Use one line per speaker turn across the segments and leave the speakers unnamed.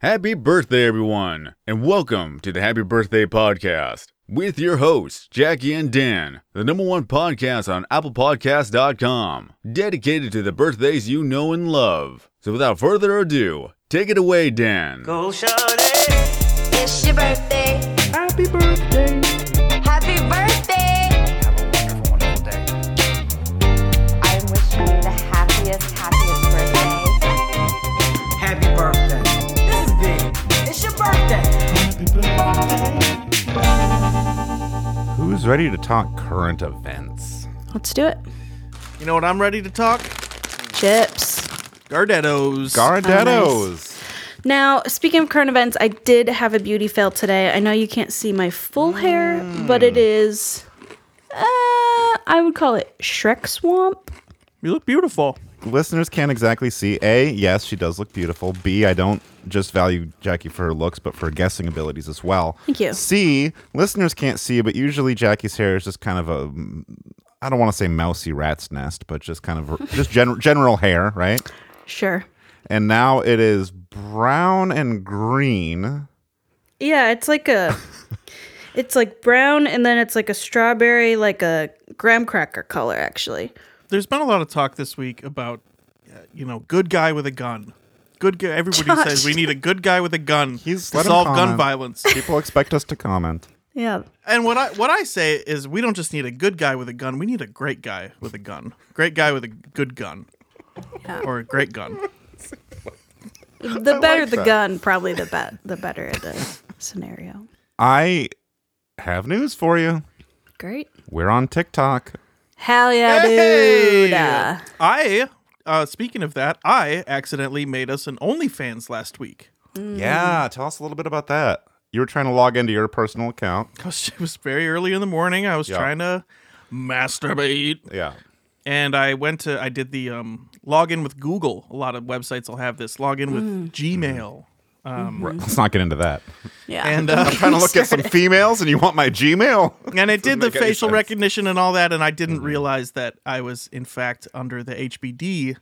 Happy birthday, everyone, and welcome to the Happy Birthday Podcast with your hosts, Jackie and Dan, the number one podcast on ApplePodcast.com, dedicated to the birthdays you know and love. So, without further ado, take it away, Dan.
Go shawty,
It's your birthday. Happy birthday. Happy birthday. Have a wonderful, wonderful day. I wish you the happiest, happiest birthday.
happy birthday. This is big. It's your birthday.
Who's ready to talk current events?
Let's do it.
You know what I'm ready to talk?
Chips.
Gardettos.
Gardettos.
Now, speaking of current events, I did have a beauty fail today. I know you can't see my full hair, but it is, uh, I would call it Shrek Swamp.
you look beautiful.
Listeners can't exactly see. A, yes, she does look beautiful. B, I don't just value Jackie for her looks, but for her guessing abilities as well.
Thank you.
C, listeners can't see, but usually Jackie's hair is just kind of a. mm, I don't want to say mousy rat's nest, but just kind of just gen- general hair, right?
Sure.
And now it is brown and green.
Yeah, it's like a, it's like brown and then it's like a strawberry, like a graham cracker color, actually.
There's been a lot of talk this week about, uh, you know, good guy with a gun. Good guy. Everybody
Josh.
says we need a good guy with a gun
He's-
to
let him
solve
comment.
gun violence.
People expect us to comment.
Yeah.
And what I what I say is we don't just need a good guy with a gun. We need a great guy with a gun. Great guy with a good gun, or a great gun.
The better the
that.
gun, probably the bet, the better the scenario.
I have news for you.
Great.
We're on TikTok.
Hell yeah, dude. Uh,
I uh, speaking of that, I accidentally made us an OnlyFans last week.
Mm.
Yeah, tell us a little bit about that. You were trying to log into your personal account.
because it was very early in the morning. I was
Yeah.
trying to masturbate,
Yeah.
and I went to I did the um, login with Google. A lot of websites will have this login with Gmail,
Let's not get into that.
yeah.
and uh,
Mm-hmm. Trying to look at some females and you want my Gmail?
and it did the
make any
facial
sense. Mm-hmm.
recognition and all that, and I didn't realize that I was in fact under the HBD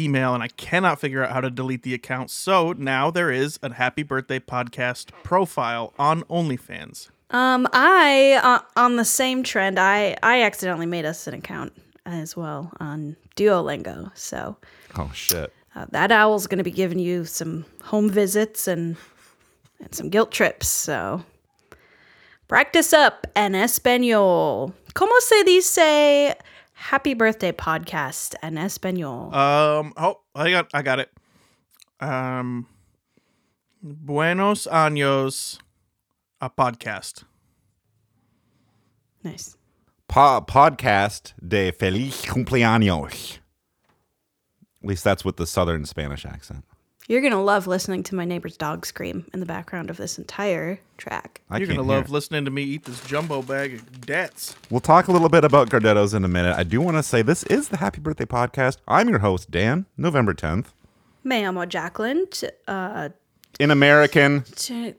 email, and I cannot figure out how to delete the account. So now there is a Happy Birthday podcast profile on OnlyFans.
Um, I uh, on the same trend. I I accidentally made us an account as well on Duolingo. So
Oh shit.
uh, that owl's going to be giving you some home visits and and some guilt trips. So practice up en español. Como se dice? Happy birthday podcast en español.
Um. Oh, I got. I got it. Um. Buenos años, a podcast.
nice.
Po- podcast de feliz cumpleaños. At least that's with the southern Spanish accent.
You're gonna love listening to my neighbor's dog scream in the background of this entire track.
I
You're
can't
gonna
hear
love
it.
listening to me eat this jumbo bag of dats.
We'll talk a little bit about Gardettos in a minute. I do want to say this is the Happy Birthday Podcast. I'm your host, Dan, November 10th.
Me llamo Jacqueline. T- uh,
In American,
t-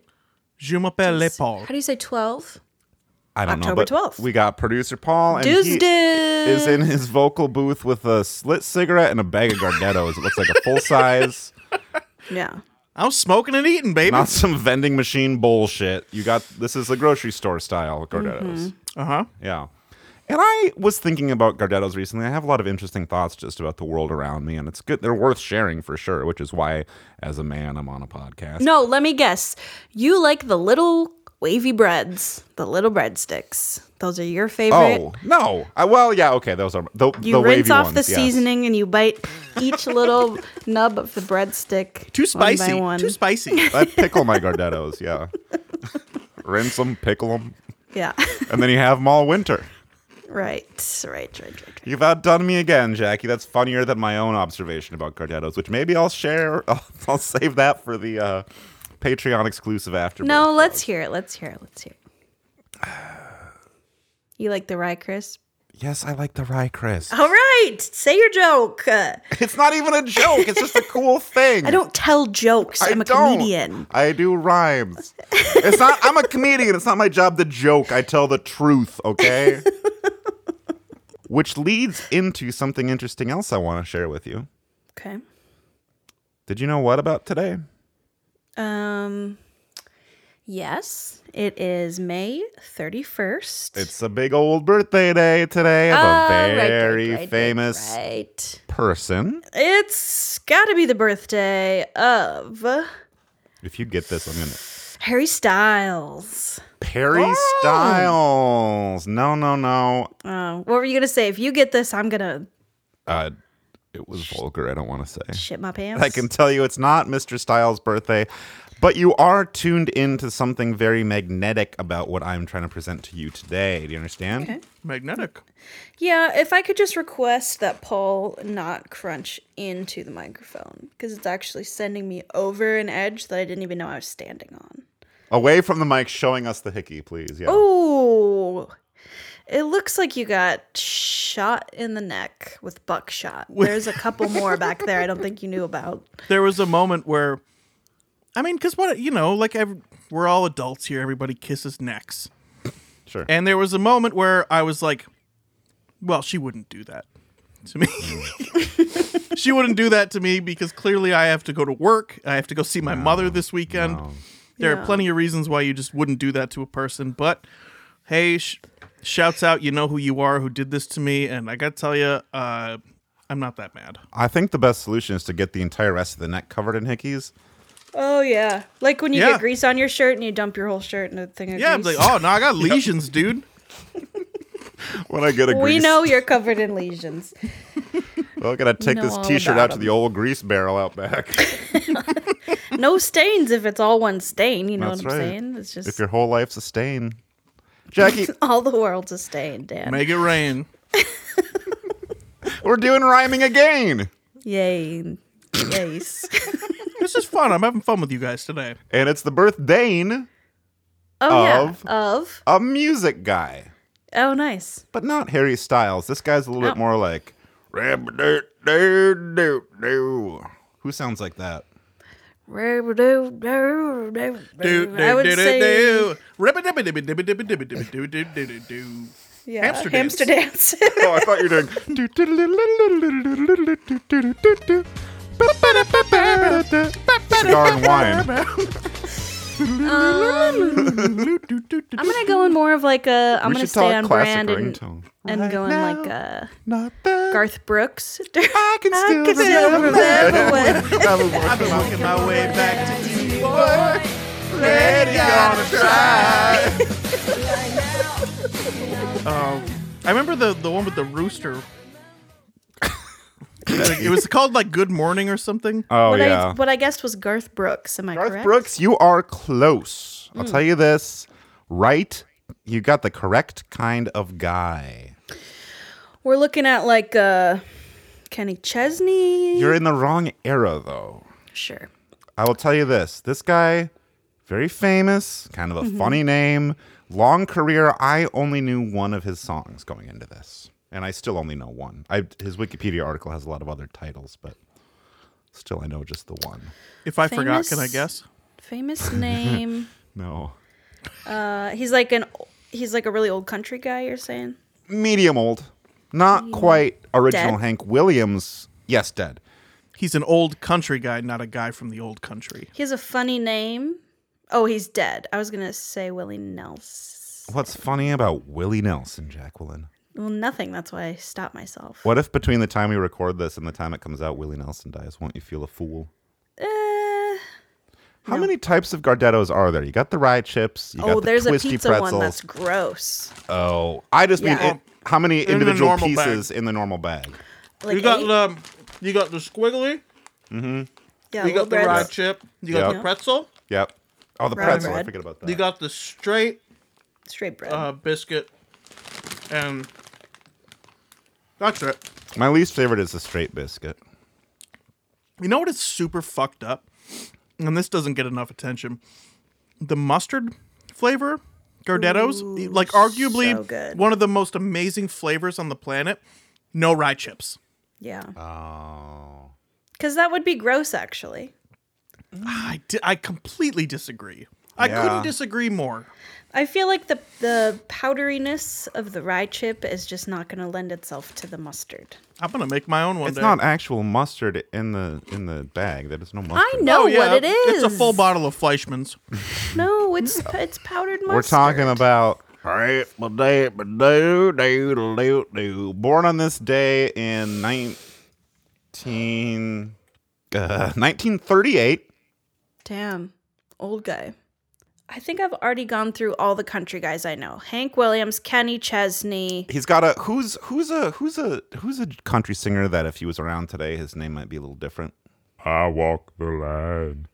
Je m'appelle
How
Paul.
do you say 12?
I don't know.
October
But
12th.
We got producer Paul and he
Doosday.
is in his vocal booth with a slit cigarette and a bag of Gardettos. it looks like a full size,
Yeah.
I'm smoking and eating, baby. Uh
not some vending machine bullshit. You got this is the grocery store style Gardettos.
huh.
Yeah. And I was thinking about Gardettos recently. I have a lot of interesting thoughts just about the world around me, and it's good. They're worth sharing for sure, which is why, as a man, I'm on a podcast.
No, let me guess. You like the little wavy breads, the little breadsticks. Those are your favorite.
Oh no! I, well, yeah, okay. Those are the
you
the
rinse
wavy
off
ones,
the
yes.
seasoning and you bite each little nub of the breadstick.
Too
One
spicy.
by one.
Too spicy.
I pickle my Gardettos. Yeah, rinse them, pickle them,
Yeah.
and then you have them all winter.
right. Right. Right. Right. right.
You've outdone me again, Jackie. That's funnier than my own observation about Gardettos, which maybe I'll share. I'll, I'll save that for the uh, Patreon exclusive after.
No, let's hear it. Let's hear it. Let's hear it. You like the rye crisp?
Yes, I like the rye crisp.
All right. Say your joke. Uh,
It's not even a joke. It's just a cool thing.
I don't tell jokes.
I
I'm a
don't.
comedian.
I do rhymes. It's not. I'm a comedian. It's not my job to joke. I tell the truth. Okay. Which leads into something interesting else I want to share with you.
Okay.
Did you know what about today?
Um, yes, it is May 31st.
It's a big old birthday day today of
Ah, right,
a
right,
very
right, right,
famous
Right.
person.
It's got to be the birthday of
If you get this, I'm gonna
Harry Styles.
Perry Styles. No, no, no.
Uh, what were you going to say? If you get this, I'm going to
Uh, it was vulgar. I don't want to say.
shit my pants.
I can tell you it's not Mr. Styles' birthday, but you are tuned into something very magnetic about what I'm trying to present to you today. Do you understand?
Magnetic.
Yeah, if I could just request that Paul not crunch into the microphone because it's actually sending me over an edge that I didn't even know I was standing on.
Away from the mic, showing us the hickey, please. Yeah.
Ooh. It looks like you got shot in the neck with buckshot. There's a couple more back there I don't think you knew about.
There was a moment where, I mean, because what you know, like ev we're all adults here. Everybody kisses necks,
Sure.
and there was a moment where I was like, "Well, she wouldn't do that to me. she wouldn't do that to me because clearly I have to go to work. I have to go see my mother this weekend. There are plenty of reasons why you just wouldn't do that to a person, but hey, sh- shouts out, you know who you are, who did this to me, and I gotta tell you, uh, I'm not that mad.
I think the best solution is to get the entire rest of the neck covered in hickeys.
Oh yeah. Like when you
Yeah.
get grease on your shirt and you dump your whole shirt in a thing of
Yeah, I'm
grease.
like, oh no, I got lesions, dude.
When I get a
we
"Oh, grease,
know you're covered in lesions.
well, I gotta take
know
this
all
T-shirt
about
out to the old grease barrel out back.
No stains if it's all one stain, you know
That's
what I'm
right.
saying? It's just
if your whole life's a stain, Jackie,
all the world's a stain, Dan.
Make it rain.
we're doing rhyming again,
Yay. Yes.
This is fun. I'm having fun with you guys today.
and it's the birthday
oh yeah.
Of.
Of.
a music guy.
Oh nice.
but not Harry Styles. This guy's a little
Oh.
bit more like "Rab-a-doo-doo-doo-doo." Who sounds like that?
I would
Do do do
say
do do.
yeah,
hamster
hamster dance.
Oh, I thought you were doing cigar and wine.
Um, I'm gonna go in more of like a. I'm
We
gonna
should tell
stay
it
on
classic
brand and,
ringtone.
and
Right
go in
now,
like a
not that
Garth Brooks.
I can still
can still
remember
remember
when I was
I've been
walking
working my way back to you.
my lady on a try.
I remember the the one with the rooster. Like, it was called like Good Morning or something.
Oh
what,
yeah.
I, what I guessed was Garth Brooks. Am I
Garth
correct? Hmm.
Brooks, you are close. I'll tell you this right. You got the correct kind of guy.
We're looking at like uh, Kenny Chesney.
You're in the wrong era, though.
sure.
I will tell you this this guy, very famous, kind of
Mm-hmm.
a funny name, long career. I only knew one of his songs going into this, and I still only know one. I, his Wikipedia article has a lot of other titles, but still, I know just the one.
If I forgot,
Famous-
can I guess?
Famous name.
No.
uh, he's like an. He's like a really old country guy. You're saying?
Medium old. Not quite original
Dead?
Hank Williams. Yes, dead.
He's an old country guy, not a guy from the old country.
He has a funny name. Oh, he's dead. I was gonna say Willie Nelson.
What's funny about Willie Nelson, Jacqueline?
Well, nothing. That's why I stopped myself.
What if between the time we record this and the time it comes out, Willie Nelson dies? Won't you feel a fool?
Eh,
How many types of Gardettos are there? You got the rye chips. You
oh,
got the
there's a
twisty
pizza
pretzels.
one that's gross.
Oh, I just mean
Yeah.
it, how many
the
individual
normal bag.
pieces in the normal bag?
Like eight?
the you got the squiggly.
yeah, little breads.
chip. You
got the Yep.
pretzel.
Yep. Oh, the
Rye
pretzel. I
bread.
forget about that.
You got the straight
straight bread.
uh, biscuit, and that's it.
My least favorite is the straight biscuit.
You know what is super fucked up, and this doesn't get enough attention. The mustard flavor, Gardettos, like arguably
so good.
one of the most amazing flavors on the planet. No rye chips.
yeah,
Oh.
because that would be gross actually.
I di- I completely disagree. I
Yeah.
couldn't disagree more.
I feel like the the powderiness of the rye chip is just not going to lend itself to the mustard.
I'm gonna make my own one
It's
day.
not actual mustard in the in the bag. That is no mustard.
I know
Oh, yeah,
what it is.
It's a full bottle of Fleischmann's.
No, it's it's powdered mustard.
We're talking about all right, my day, my do, do, do, do. Born on this day in 19, uh, 1938.
Damn, old guy. I think I've already gone through all the country guys I know: Hank Williams, Kenny Chesney.
He's got a who's who's a who's a who's a country singer that if he was around today, his name might be a little different. I walk the line.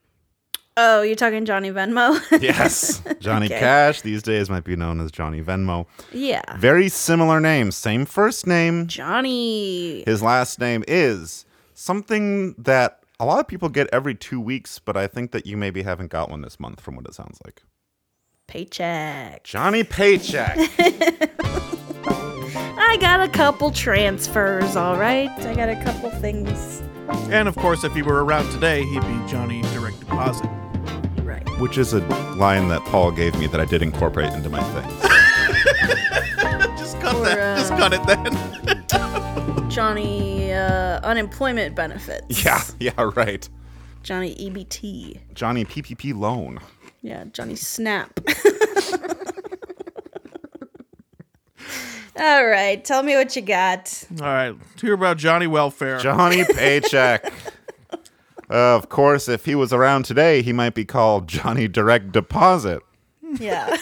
Oh, you're talking Johnny Venmo?
Yes, Johnny
Okay.
Cash these days might be known as Johnny Venmo.
yeah,
Very similar name, same first name,
Johnny.
His last name is something that a lot of people get every two weeks, but I think that you maybe haven't got one this month from what it sounds like.
Paycheck.
Johnny Paycheck.
I got a couple transfers, all right. I got a couple things.
And of course, if he were around today, he'd be Johnny Direct Deposit.
Right.
Which is a line that Paul gave me that I did incorporate into my thing.
Just cut
Or,
that.
uh,
Just cut it then.
Johnny uh, unemployment benefits.
yeah, yeah, right.
Johnny EBT.
Johnny PPP loan.
Yeah, Johnny Snap. All right, tell me what you got.
All right. Let's hear about Johnny Welfare.
Johnny Paycheck. of course, if he was around today, he might be called Johnny Direct Deposit.
Yeah.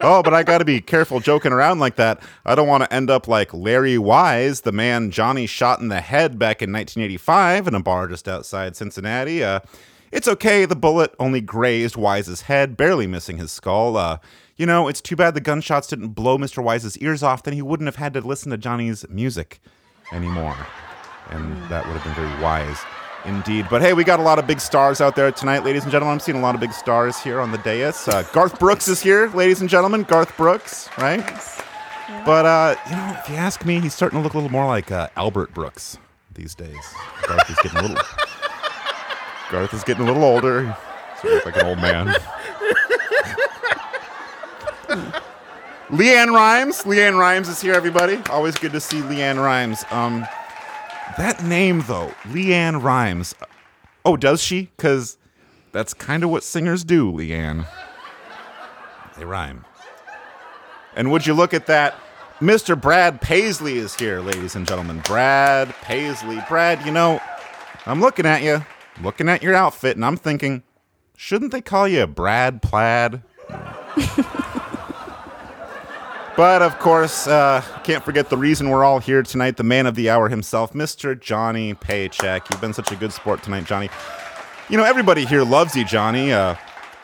oh, but I got to be careful joking around like that. I don't want to end up like Larry Wise, the man Johnny shot in the head back in 1985 in a bar just outside Cincinnati. Uh, it's okay. The bullet only grazed Wise's head, barely missing his skull. Uh, you know, it's too bad the gunshots didn't blow Mr. Wise's ears off. Then he wouldn't have had to listen to Johnny's music anymore. And that would have been very wise indeed. But hey, we got a lot of big stars out there tonight, ladies and gentlemen. I'm seeing a lot of big stars here on the dais. Uh, Garth Brooks is here, ladies and gentlemen. Garth Brooks, right? But, uh, you know, if you ask me, he's starting to look a little more like uh, Albert Brooks these days. Garth is getting a little. Garth is getting a little older. He looks like an old man. Leanne Rhymes. Leanne Rhymes is here, everybody. Always good to see Leanne Rhymes. Um, that name though, Leanne Rhymes. Oh, does she? Because that's kind of what singers do, Leanne. They rhyme. And would you look at that? Mr. Brad Paisley is here, ladies and gentlemen. Brad Paisley. Brad, you know, I'm looking at you, looking at your outfit, and I'm thinking, shouldn't they call you Brad Plaid? But of course, uh, can't forget the reason we're all here tonight the man of the hour himself, Mr. Johnny Paycheck. You've been such a good sport tonight, Johnny. You know, everybody here loves you, Johnny. Uh,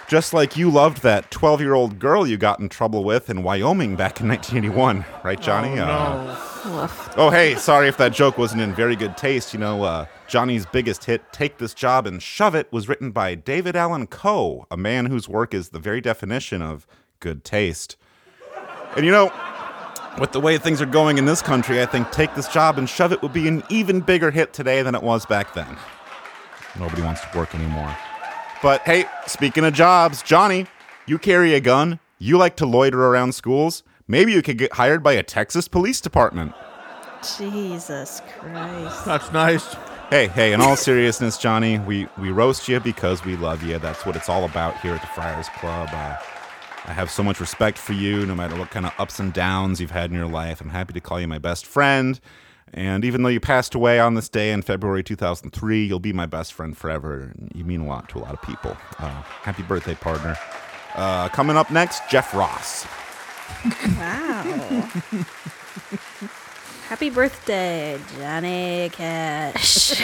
just like you loved that 12 year old girl you got in trouble with in Wyoming back in 1981, right, Johnny? Uh,
No.
oh, hey, sorry if that joke wasn't in very good taste. You know, uh, Johnny's biggest hit, Take This Job and Shove It, was written by David Allen Coe, a man whose work is the very definition of good taste. And you know, with the way things are going in this country, I think Take This Job and Shove It would be an even bigger hit today than it was back then. Nobody wants to work anymore. But hey, speaking of jobs, Johnny, you carry a gun, you like to loiter around schools, maybe you could get hired by a Texas police department.
Jesus Christ.
That's nice.
Hey, hey, in all seriousness, Johnny, we, we roast you because we love you. That's what it's all about here at the Friars Club. Uh, I have so much respect for you, no matter what kind of ups and downs you've had in your life. I'm happy to call you my best friend. And even though you passed away on this day in February 2003, you'll be my best friend forever. You mean a lot to a lot of people. Uh, happy birthday, partner. Uh, coming up next, Jeff Ross.
Wow. Happy birthday, Johnny Cash.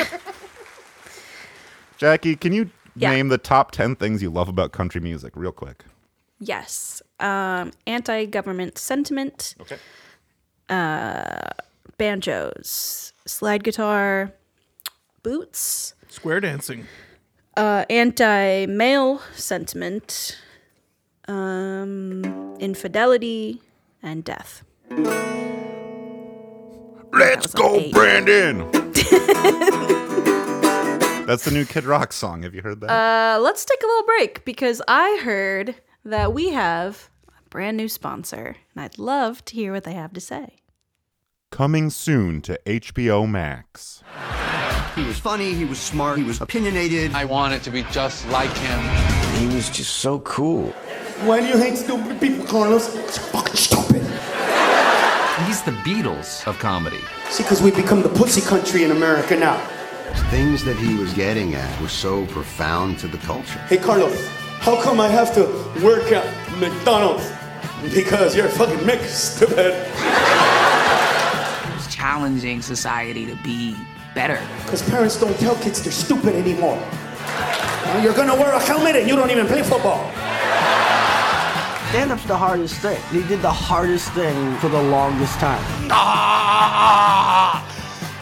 Jackie, can you
Yeah.
name the top 10 things you love about country music, real quick?
yes. Um, Anti government sentiment. Uh,
Okay.
banjos, slide guitar, boots,
Square dancing.
uh, anti male sentiment, um, infidelity, and death.
Let's
That was an
go,
eight.
Brandon. That's the new Kid Rock song. Have you heard that?
Uh, let's take a little break because I heard that we have a brand new sponsor, and I'd love to hear what they have to say.
Coming soon to HBO Max.
He was funny, he was smart, he was opinionated.
I want it to be just like him.
He was just so cool.
Why do you hate stupid people, Carlos? It's fucking stupid.
He's the Beatles of comedy.
See, because we become the pussy country in America now.
The things that he was getting at were so profound to the culture.
Hey, Carlos, how come I have to work at McDonald's? Because you're fucking mixed, stupid.
It's challenging society to be better.
Because parents don't tell kids they're stupid anymore. Now you're gonna wear a helmet and you don't even play football.
Stand up's the hardest thing. He did the hardest thing for the longest time.
Ah!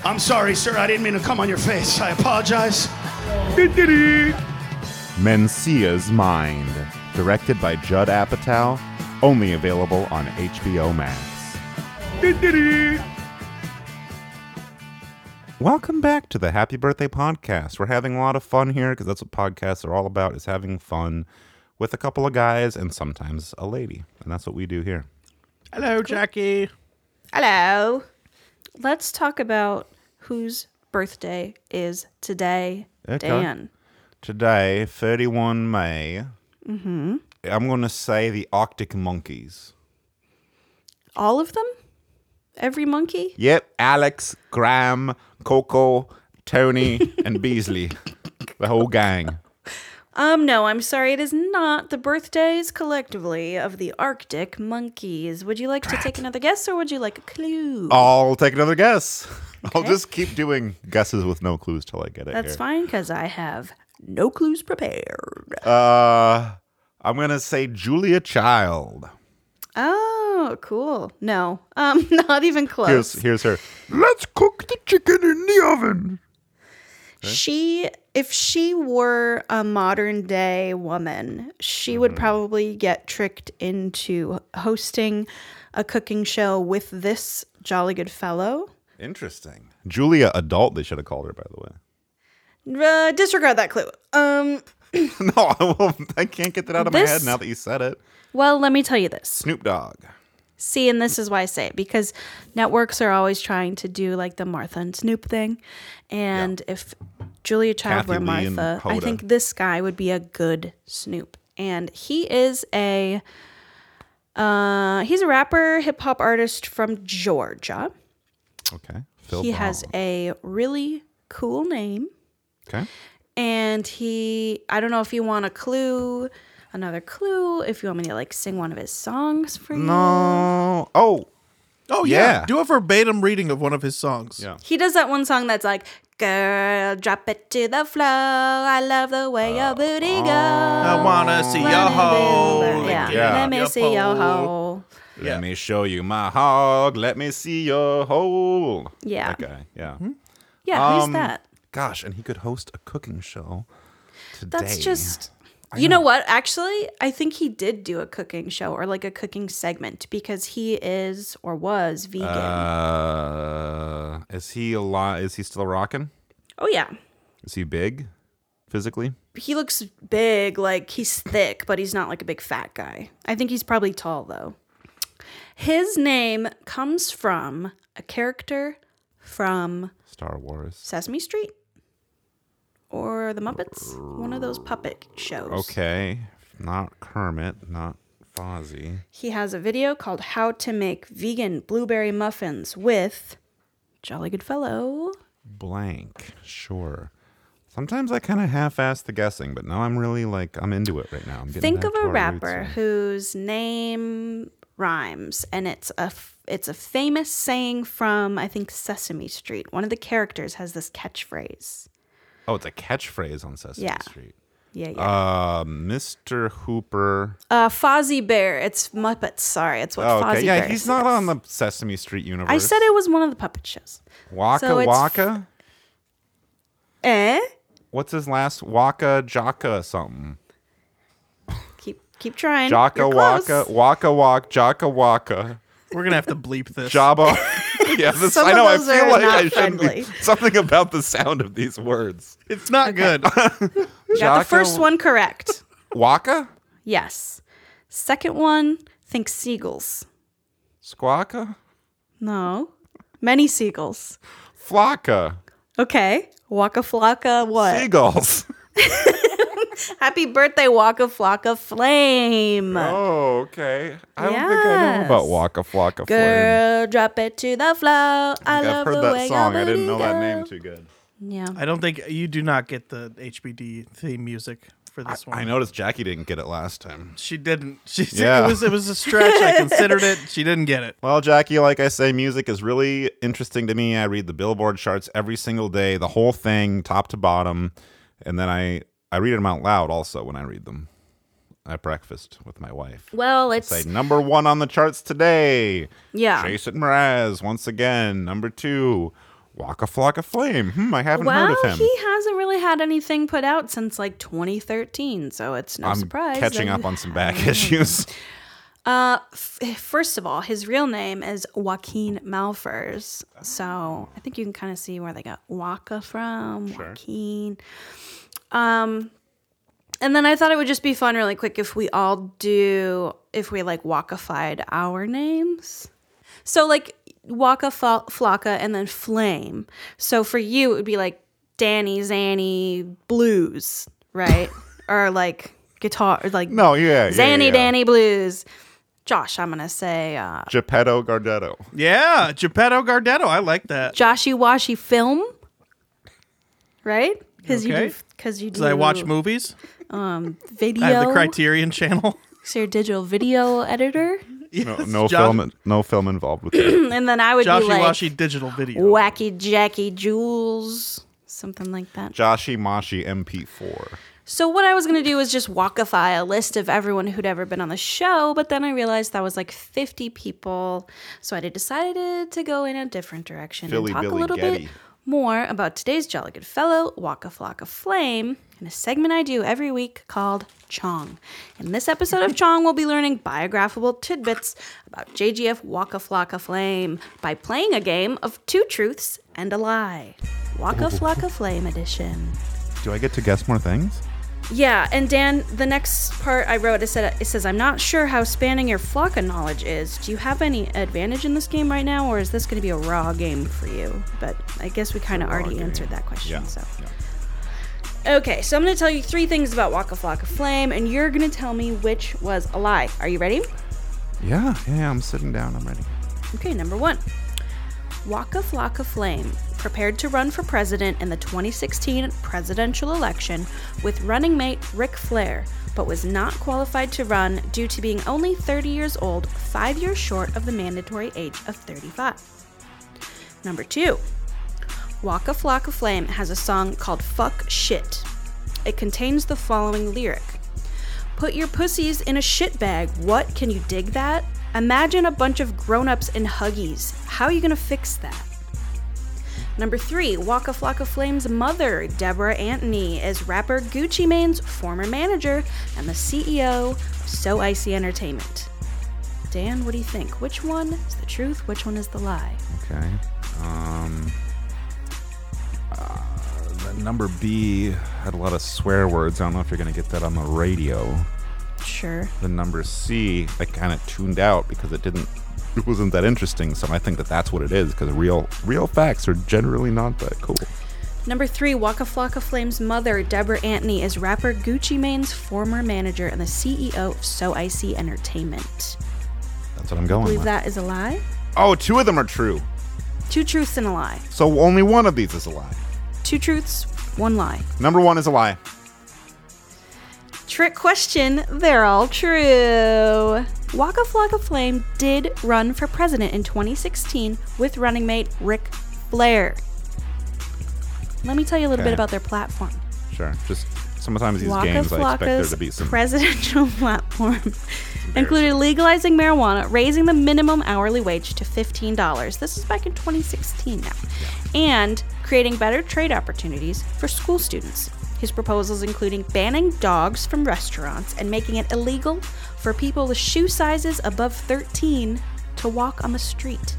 I'm sorry, sir. I didn't mean to come on your face. I apologize.
Mencia's Mind. Directed by Judd Apatow. Only available on HBO Max. Welcome back to the Happy Birthday Podcast. We're having a lot of fun here because that's what podcasts are all about is having fun with a couple of guys and sometimes a lady. And that's what we do here.
Hello, Jackie.
Hello. Let's talk about whose birthday is today.
Okay.
Dan.
Today, 31 May, mm-hmm. I'm going to say the Arctic Monkeys.
All of them? Every monkey?
Yep, Alex, Graham, Coco, Tony, and Beasley. The whole gang.
Um, no, I'm sorry. It is not the birthdays collectively of the Arctic monkeys. Would you like to take another guess or would you like a clue?
I'll take another guess. I'll
Okay.
just keep doing guesses with no clues till I get it.
That's
here.
fine because I have no clues prepared.
Uh, I'm going to say Julia Child.
Oh, cool. No, um, not even
Uh,
close.
Here's, here's her. Let's cook the chicken in the oven.
She, if she were a modern day woman, she would probably get tricked into hosting a cooking show with this jolly good fellow.
Interesting. Julia Adult, they should have called her, by the way.
Uh, disregard that clue. Um,
No, I, won't- I can't get that out of my head
This-
now that you said it.
well, let me tell you this.
Snoop Dogg.
See, and this is why I say it because networks are always trying to do like the Martha and Snoop thing. And if Julia Child
Kathy
were
Lee and
Martha, I
Hoda.
think this guy would be a good Snoop. And he is a uh, he's a rapper, hip hop artist from Georgia.
Okay. Phil
he has
Brown.
a really cool name.
Okay.
And he I don't know if you want a clue, another clue, if you want me to like sing one of his songs for you.
No. Oh,
Oh yeah.
Yeah.
do a verbatim reading of one of his songs.
Yeah.
He does that one song that's like, "Girl, drop it to the floor. I love the way
Uh,
your
oh.
booty goes.
I wanna see your hole.
Yeah.
Yeah.
Let me
Your
see your
hole.
hole.
let me show you my hog. Let me see your hole.
Yeah.
That guy. Yeah.
Yeah,
Um,
who's that?
Gosh, and he could host a cooking show today.
That's just. You know what? Actually, I think he did do a cooking show or like a cooking segment because he is or was vegan.
Uh, is he a lot? Is he still rocking?
oh yeah,
Is he big, physically?
he looks big, like he's thick, but he's not like a big fat guy. I think he's probably tall though. His name comes from a character from
Star Wars.
Sesame Street or The Muppets, one of those puppet shows.
Okay. Not Kermit. Not Fozzie.
He has a video called How to Make Vegan Blueberry Muffins with Jolly Good Fellow.
Blank. Sure. Sometimes I kind of half-ass the guessing, but now I'm really like I'm into it right now. I'm getting
Think
back
of
to
a
our roots
rapper
here.
whose name rhymes and it's a f- it's a famous saying from I think Sesame Street. One of the characters has this catchphrase.
Oh, it's a catchphrase on Sesame
Yeah.
Street.
Yeah, yeah.
Uh, Mr. Hooper.
Uh, Fozzie Bear. It's Muppets. Sorry, it's what
Oh,
Fozzie
okay. Yeah,
Bear
he's not on
says.
the Sesame Street universe.
I said it was one of the puppet shows.
Waka
so it's
Waka.
Eh?
What's his last Waka Jaka something?
Keep keep trying.
Jaka
You're
Waka
close.
Waka Waka Jaka Waka
We're gonna have to bleep this.
Jabba yeah, this,
Some
I
of
know. I
those are
feel like
not
I shouldn't.
friendly.
Be, something about the sound of these words.
It's not good.
Got the first one correct.
Waka?
Yes. Second one, think seagulls.
Squawka?
No. Many seagulls.
Flocka?
Okay. Waka flocka what?
Seagulls?
Happy birthday, Waka flocka flame.
Oh, okay. I don't think I know about Waka Flocka Flame.
Girl, drop it to the flow. I
I've
love
heard
the
that
way
song.
your
I didn't know
booty
that
go.
name too good.
Yeah.
I don't think you do not get the HBD theme music for this one.
I noticed Jackie didn't get it last time.
She didn't. She
Yeah.
it was it was a stretch. I considered it. She didn't get it.
Well, Jackie, like I say, music is really interesting to me. I read the Billboard charts every single day, the whole thing, top to bottom, and then I I read them out loud also when I read them at breakfast with my wife.
Well, it's
Say number one on the charts today.
Yeah.
Jason Mraz once again. Number two, Waka Flocka Flame. Hmm, I haven't
well,
heard of him.
he hasn't really had anything put out since like 2013, so it's no
I'm
surprise. that
catching up
you
on some
haven't.
back issues.
Uh, f- first of all, his real name is Joaquin Malfers, so I think you can kind of see where they got Waka from. Joaquin. Um, and then I thought it would just be fun, really quick, if we all do if we like Wakafied our names. So like Waka Fla- Flocka and then Flame. So for you, it would be like Danny Zanny Blues, right? or like guitar, or like
No, yeah, yeah,
Zanny
yeah.
Danny Blues. Josh, I'm gonna say uh,
Geppetto Gardetto.
Yeah, Geppetto Gardetto. I like that.
Joshy Washy Film, right? Because you
Okay.
do because you do.
Because I watch movies.
um, video.
I have the Criterion Channel.
so you're a digital video editor,
No, no
Josh-
film, no film involved with that.
and then I would
Joshy
be like
Washy digital video.
Wacky Jackie Jules, something like that.
Joshy Moshi MP4.
So what I was gonna do was just walkify a list of everyone who'd ever been on the show, but then I realized that was like 50 people, so I decided to go in a different direction
Philly
and talk
Billy
a little
Getty.
bit more about today's Jolly Good Fellow, Waka Flocka Flame, in a segment I do every week called Chong. In this episode of Chong, we'll be learning biographical tidbits about JGF Waka Flocka Flame by playing a game of two truths and a lie. Waka Flocka Flame edition.
Do I get to guess more things?
Yeah, and Dan, the next part I wrote, it said it says, "I'm not sure how spanning your flock of knowledge is. Do you have any advantage in this game right now, or is this going to be a raw game for you?" But I guess we kind of already answered that question. So, okay, so I'm going to tell you three things about Waka Flocka Flame, and you're going to tell me which was a lie. Are you ready?
Yeah, yeah, I'm sitting down. I'm ready.
Okay, number one. Waka Flocka Flame prepared to run for president in the 2016 presidential election with running mate Ric Flair, but was not qualified to run due to being only 30 years old, five years short of the mandatory age of 35. Number two. Waka Flocka Flame has a song called Fuck Shit. It contains the following lyric Put your pussies in a shit bag. What? Can you dig that? Imagine a bunch of grown ups in huggies. How are you going to fix that? Number three, Waka Flocka Flame's mother, Deborah Antony, is rapper Gucci Mane's former manager and the CEO of So Icy Entertainment. Dan, what do you think? Which one is the truth? Which one is the lie?
Okay. Um, uh, the number B had a lot of swear words. I don't know if you're going to get that on the radio.
Sure.
The number C, I kind of tuned out because it didn't, it wasn't that interesting. So I think that that's what it is because real, real facts are generally not that cool.
Number three, Waka Flocka Flame's mother, Deborah Antony, is rapper Gucci Mane's former manager and the CEO of So Icy Entertainment.
That's what I'm
I
going
believe
with.
that is a lie.
Oh, two of them are true.
Two truths and a lie.
So only one of these is a lie.
Two truths, one lie.
Number one is a lie.
Trick question, they're all true. Waka Flocka Flame did run for president in 2016 with running mate Rick Flair. Let me tell you a little
Okay.
bit about their platform.
Sure. Just sometimes these
Waka
games, I expect there
Flocka's
to be some.
presidential platform included legalizing marijuana, raising the minimum hourly wage to $15. This is back in 2016 now. And creating better trade opportunities for school students. His proposals including banning dogs from restaurants and making it illegal for people with shoe sizes above 13 to walk on the street.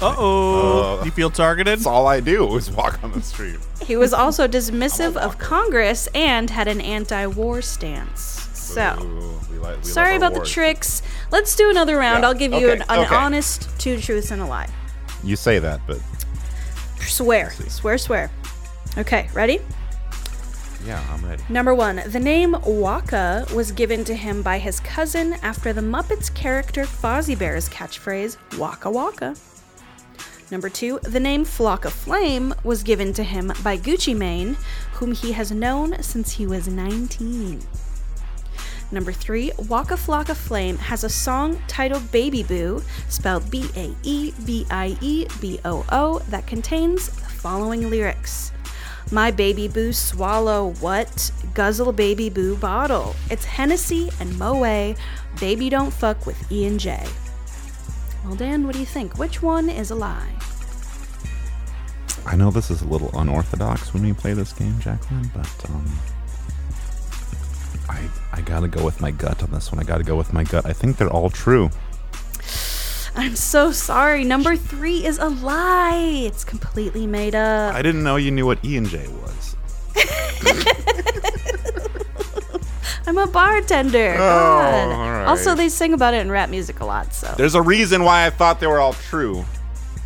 Uh oh.
Uh,
you feel targeted?
That's all I do is walk on the street.
He was also dismissive of Congress and had an anti war stance. So,
Ooh, we like- we love
sorry
our
about
wars.
the tricks. Let's do another round.
Yeah,
I'll give you
okay,
an, an
okay.
honest two truths and a lie.
You say that, but
Swear. Swear, swear. Okay, ready?
yeah, I'm ready.
Number one, the name Waka was given to him by his cousin after the Muppets character Fozzie Bear's catchphrase, Waka Waka. Number two, the name Flock of Flame was given to him by Gucci Mane, whom he has known since he was 19. Number three, Waka Flocka Flame has a song titled Baby Boo, spelled B A E B I E B O O, that contains the following lyrics My baby boo swallow what? Guzzle baby boo bottle. It's Hennessy and Moet. Baby don't fuck with E and J. Well, Dan, what do you think? Which one is a lie?
I know this is a little unorthodox when we play this game, Jacqueline, but um, I I gotta go with my gut on this one. I gotta go with my gut. I think they're all true.
I'm so sorry. Number three is a lie. It's completely made up.
I didn't know you knew what E and J was.
I'm a bartender.
Oh,
God.
all right.
Also, they sing about it in rap music a lot, so.
There's a reason why I thought they were all true,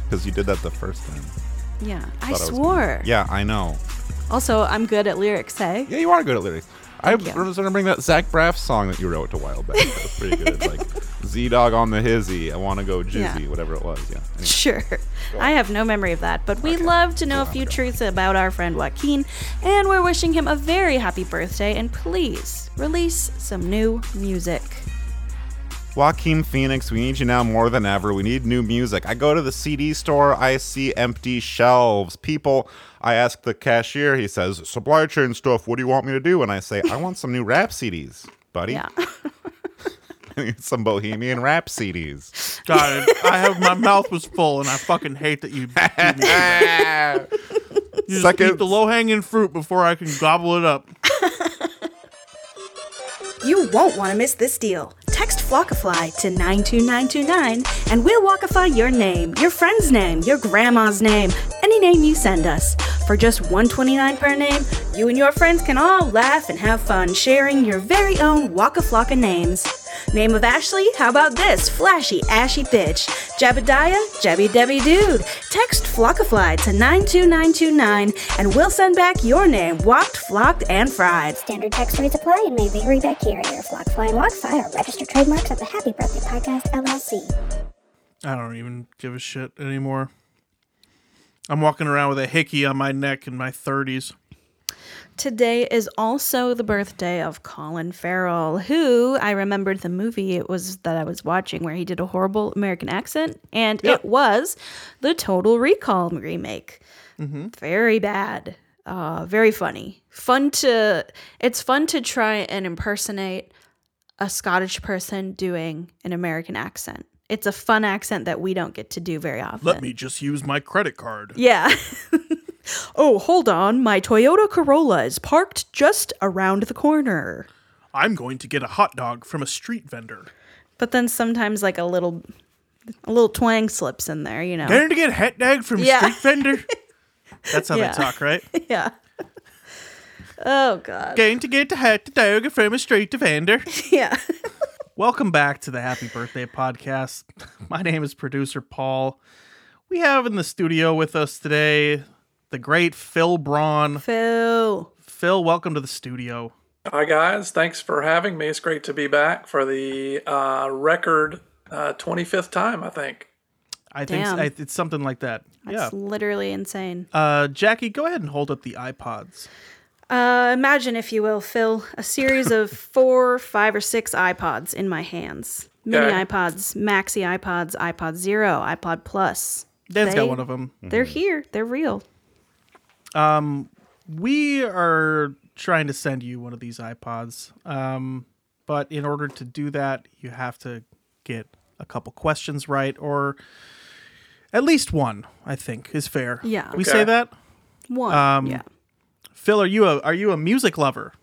because you did that the first time.
yeah, I
Thought I was
swore.
Yeah, I know.
Also, I'm good at lyrics, hey?
Yeah, you are good at lyrics. I
Thank you.
was remembering that Zach Braff song that you wrote a while back. That was pretty good. It's like Z Dog on the hizzy. I want to go jizzy,
Yeah.
whatever it was. Yeah. Anyway.
Sure. I have no memory of that, but we'd love to know a few truths about our friend Joaquin, and we're wishing him a very happy birthday, and please release some new music.
Joaquin Phoenix, we need you now more than ever. We need new music. I go to the CD store, I see empty shelves. People, I ask the cashier, he says, supply chain stuff, what do you want me to do? And I say, I want some new rap CDs, buddy.
Yeah.
I need some bohemian rap CDs.
God, I have my mouth was full, and I fucking hate that you. beat me. You just
Second-
eat the low hanging fruit before I can gobble it up.
You won't want to miss this deal. Text Flockify to 92929 and we'll Walkify your name, your friend's name, your grandma's name, any name you send us. For just 129 per name, you and your friends can all laugh and have fun sharing your very own Waka Flocka names. Name of Ashley? How about this? Flashy, ashy bitch. Jebediah? Jebby Debbie Dude. Text Flockify to 92929 and we'll send back your name, walked, flocked, and fried.
Standard tax rates apply and may vary by carrier. Flock Fly and Lockfy are registered trademarks of the Happy Birthday Podcast LLC.
I don't even give a shit anymore. I'm walking around with a hickey on my neck in my 30s.
Today is also the birthday of Colin Farrell, who I remembered the movie it was that I was watching where he did a horrible American accent, and it was the Total Recall remake.
Mm-hmm.
Very bad, uh, very funny, fun to. It's fun to try and impersonate a Scottish person doing an American accent. It's a fun accent that we don't get to do very often.
Let me just use my credit card.
Yeah. oh, hold on. My Toyota Corolla is parked just around the corner.
I'm going to get a hot dog from a street vendor.
But then sometimes like a little a little twang slips in there, you know.
Going to get a hot dog from
Yeah.
a street vendor. That's how
Yeah.
they talk, right?
yeah. Oh god.
Going to get a hot dog from a street vendor.
Yeah.
Welcome back to the Happy Birthday Podcast. My name is producer Paul. We have in the studio with us today the great Phil Braun.
Phil.
Phil, welcome to the studio.
Hi, guys. Thanks for having me. It's great to be back for the uh, record uh, 25th time, I think.
I think s-
Damn.
I, it's something like that.
That's literally insane.
yeah. Uh, Jackie, go ahead and hold up the iPods.
Uh imagine if you will, Phil, a series of 4, 5 or 6 iPods in my hands. Mini
Okay.
iPods, maxi iPods, iPod 0, iPod Plus.
Dan's
They-
got one of them.
They're here. They're real.
Um, we are trying to send you one of these iPods. Um, but in order to do that, you have to get a couple questions right, or at least one. I think is fair.
Yeah.
we
Okay.
say that.
One.
Um,
yeah.
Phil, are you a are you a music lover?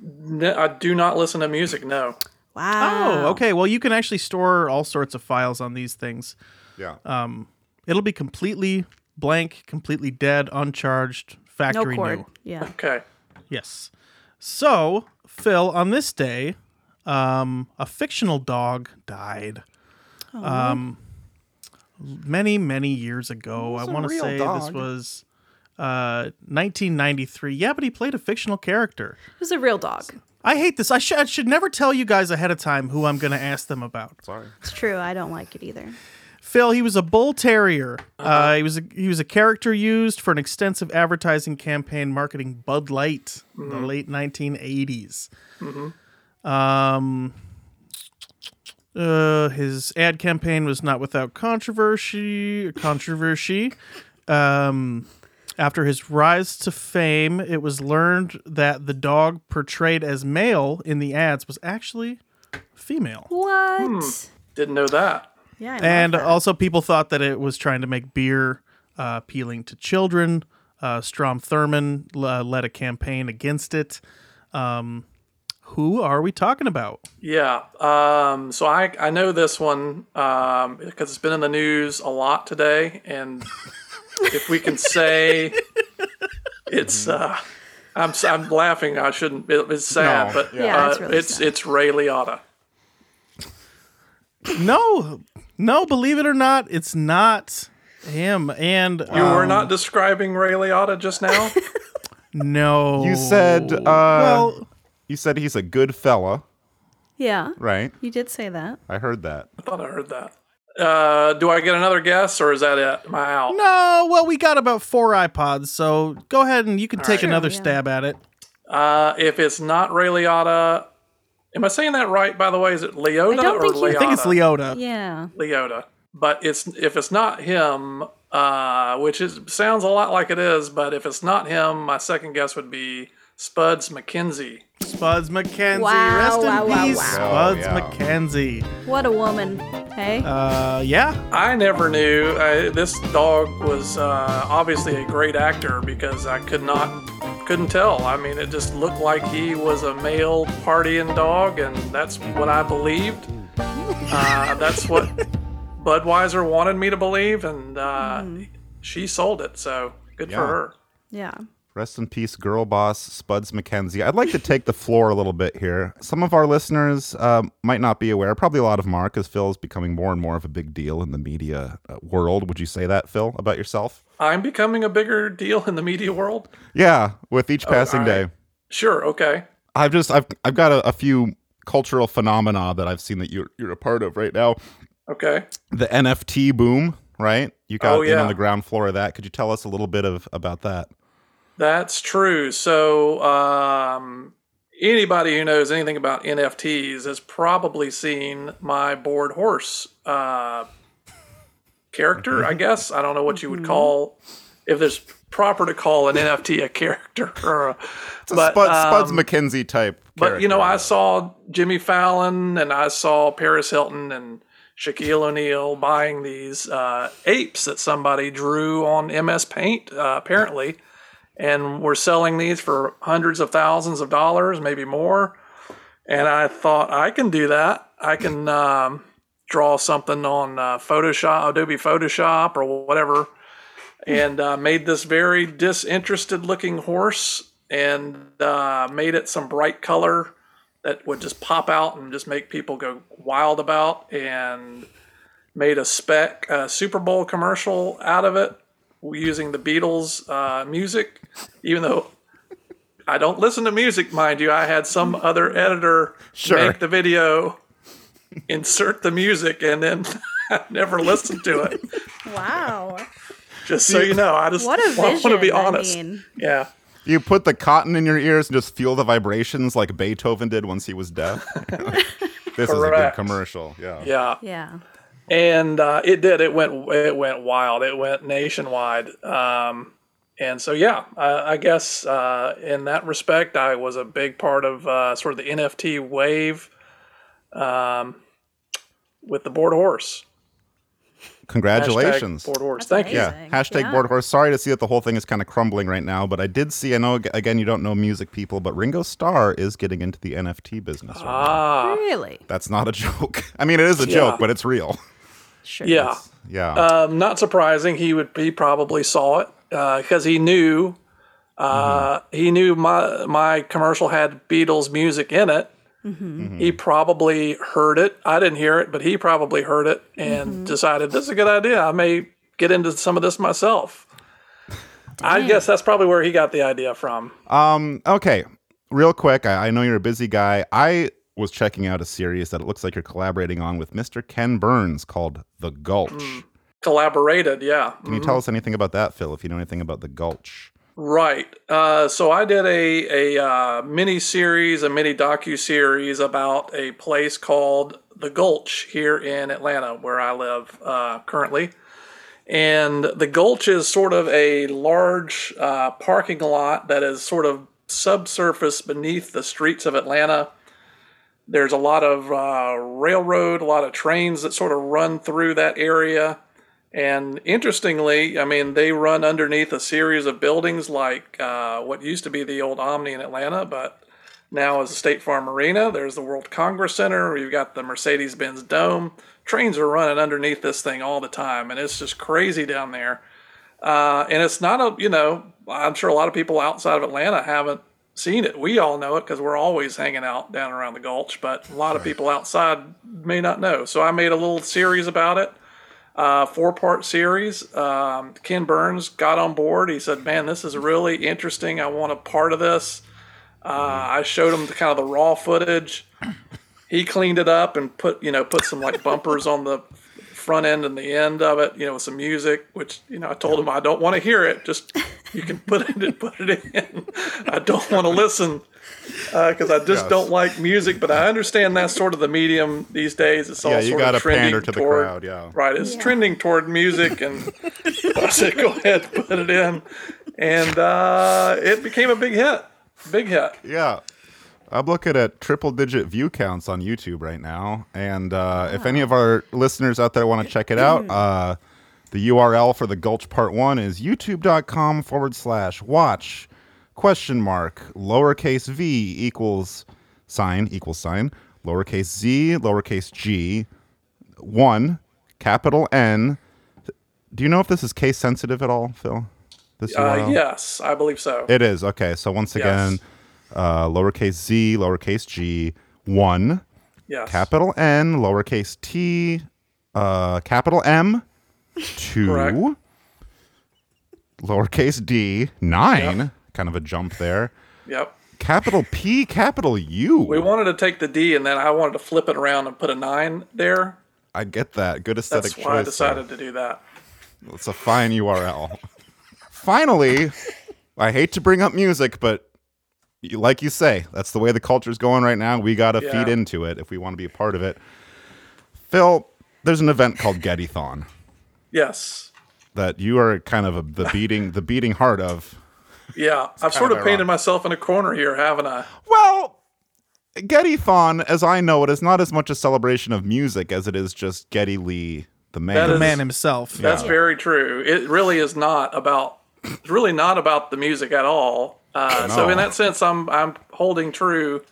No, I do not listen to music, no.
Wow.
Oh, okay. Well, you can actually store all sorts of files on these things.
Yeah.
Um, it'll be completely blank, completely dead, uncharged, factory
cord.
new.
Yeah.
Okay.
Yes. So, Phil, on this day, um, a fictional dog died.
Oh.
Um, many, many years ago. I
was a
want to
real
say this
dog.
was uh, 1993. Yeah, but he played a fictional character.
It was a real dog.
I hate this. I, sh- I should never tell you guys ahead of time who I'm going to ask them about.
Sorry.
It's true. I don't like it either.
Phil, he was a bull terrier. Uh, he was a, he was a character used for an extensive advertising campaign marketing Bud Light in the
Mhm.
late 1980s.
Mm-hmm.
Um, uh, his ad campaign was not without controversy. Controversy. Um, after his rise to fame, it was learned that the dog portrayed as male in the ads was actually female.
What?
Didn't know that.
Yeah.
and also people thought that it was trying to make beer uh, appealing to children. Uh, Strom Thurmond uh, led a campaign against it. Um, who are we talking about?
Yeah. Um, so I, I know this one because it's been in the news a lot today, and if we can say it's,
Mm-hmm.
uh, I'm s- I'm laughing. I shouldn't. It, it's sad,
No,
but
yeah. Yeah,
uh,
it's
it's
really
it's, Ray Liotta.
No, no, believe it or not, it's not him. And
You were
um,
not describing Ray Liotta just now.
No,
You said uh,
well,
you said he's a good fella,
Yeah.
right?
You did say that.
I heard that.
I thought I heard that. Uh, do I get another guess, or is that it? Am I out?
no. Well, we got about four iPods, so go ahead and you can take
right.
another stab at it.
Uh, if it's not Ray Liotta, am I saying that right? By the way, is it Leota or Leota?
I think it's Leota.
Yeah.
Leota. But it's if it's not him, uh, which is sounds a lot like it is, but if it's not him, my second guess would be Spuds McKenzie.
Spuds McKenzie,
Wow,
rest in
wow, wow,
peace.
wow.
Spuds
Oh, yeah.
McKenzie.
What a woman. Hey.
Uh, yeah.
I never knew uh, this dog was uh, obviously a great actor because I could not couldn't tell. I mean, it just looked like he was a male partying dog, and that's what I believed. Uh, that's what Budweiser wanted me to believe, and uh, she sold it. So good for
Yeah.
her.
yeah.
Rest in peace, girl boss Spuds McKenzie. I'd like to take the floor a little bit here. Some of our listeners um, might not be aware, probably a lot of them are, because Phil is becoming more and more of a big deal in the media uh, world. Would you say that, Phil, about yourself?
I'm becoming a bigger deal in the media world.
Yeah, with each
Oh,
passing
all
day.
right. Sure. Okay.
I've just I've I've got a, a few cultural phenomena that I've seen that you're you're a part of right now.
Okay.
The NFT boom, right? You got
Oh,
in
yeah.
on the ground floor of that. Could you tell us a little bit of about that?
That's true. So, um, anybody who knows anything about NFTs has probably seen my bored horse uh, character, I guess. I don't know what you
Mm-hmm.
would call if there's proper to call an NFT a character or a, um,
It's a Spud, Spuds McKenzie type.
but you know, I saw Jimmy Fallon and I saw Paris Hilton and Shaquille O'Neal buying these uh, apes that somebody drew on MS Paint, uh, apparently, and were selling these for hundreds of thousands of dollars, maybe more. And I thought I can do that. I can um, draw something on uh, Photoshop, Adobe Photoshop, or whatever and uh, made this very disinterested looking horse and uh, made it some bright color that would just pop out and just make people go wild about and made a spec uh, super bowl commercial out of it using the beatles uh, music even though i don't listen to music mind you i had some other editor
Sure.
make the video insert the music and then i never listened to it
Wow.
just so you know, I just
What a
want to be
vision, I
honest.
mean.
Yeah.
You put the cotton in your ears and just feel the vibrations like Beethoven did once he was deaf. this is a good
Correct.
commercial. Yeah.
Yeah.
Yeah.
And uh, it did. It went. It went wild. It went nationwide. Um, and so, yeah, I, I guess uh, in that respect, I was a big part of uh, sort of the NFT wave um, with the board horse.
Congratulations.
Hashtag board horse. Thank you.
Yeah. Hashtag board horse. Sorry to see that the whole thing is kind of crumbling right now, but I did see. I know ag- again you don't know music people, but Ringo Starr is getting into the NFT business. right now.
Ah.
Really?
That's not a joke. I mean, it is a
Yeah.
joke, but it's real.
Sure.
Yeah.
Yeah.
Um, not surprising. He would. He probably saw it because he knew. Uh, He knew my my commercial had Beatles music in it. He probably heard it. I didn't hear it, but he probably heard it and decided this is a good idea. I may get into some of this myself. I guess that's probably where he got the idea from.
Um, okay, real quick, I, I know you're a busy guy. I was checking out a series that it looks like you're collaborating on with Mr. Ken Burns called The Gulch.
Collaborated, yeah.
Can you
Mhm.
tell us anything about that, Phil, if you know anything about The Gulch?
Right. Uh, so I did a a uh, mini series, a mini docu series about a place called the Gulch here in Atlanta, where I live uh, currently. And the Gulch is sort of a large uh, parking lot that is sort of subsurface beneath the streets of Atlanta. There's a lot of uh, railroad, a lot of trains that sort of run through that area. And interestingly, I mean, they run underneath a series of buildings like uh, what used to be the old Omni in Atlanta, but now is the State Farm Arena. There's the World Congress Center. You've got the Mercedes Benz Dome. Trains are running underneath this thing all the time, and it's just crazy down there. Uh, and it's not a, you know, I'm sure a lot of people outside of Atlanta haven't seen it. We all know it because we're always hanging out down around the Gulch, but a lot of people outside may not know. So I made a little series about it uh, four part series. Um, Ken Burns got on board. He said, Man, this is really interesting. I want a part of this. Uh, I showed him the kind of the raw footage. He cleaned it up and put, you know, put some like bumpers on the front end and the end of it, you know, with some music, which, you know, I told him I don't want to hear it. Just you can put it put it in. I don't want to listen because I just
Yes.
don't like music, but I understand that's sort of the medium these days. It's all
Yeah, you
sort
gotta
of trending
pander to the
toward-
crowd, yeah.
Right, it's trending toward music, and I said, "Go ahead, put it in," and uh, it became a big hit. Big hit.
Yeah. I'm looking at triple digit view counts on YouTube right now. And uh, if any of our listeners out there want to check it out, uh, the URL for the Gulch Part 1 is youtube.com forward slash watch question mark lowercase v equals sign equals sign lowercase z lowercase g 1 capital N. Do you know if this is case sensitive at all, Phil? This
Uh,
URL?
yes, I believe so.
It is. Okay. So once again, uh, lowercase z, lowercase g, one,
Yes.
capital N, lowercase t, uh, capital M, two, lowercase d, nine, kind of a jump there,
Yep.
capital P, capital U.
We wanted to take the D, and then I wanted to flip it around and put a nine there.
I get that. Good aesthetic
That's why
choice.
I
there.
decided to do that.
It's a fine URL. Finally, I hate to bring up music, but you- like you say, that's the way the culture's going right now. We got to
Yeah.
feed into it if we want to be a part of it. Phil, there's an event called Gettython
Yes.
that you are kind of a, the beating the beating heart of.
Yeah. I've
kind
sort
of
of, painted
ironic.
myself in a corner here, haven't I?
Well, Gettython, as I know it, is not as much a celebration of music as it is just Getty Lee, the man,
That is-
himself.
That's very true. It really is not about. It's really not about the music at all. Uh, So
No.
in that sense, I'm I'm holding true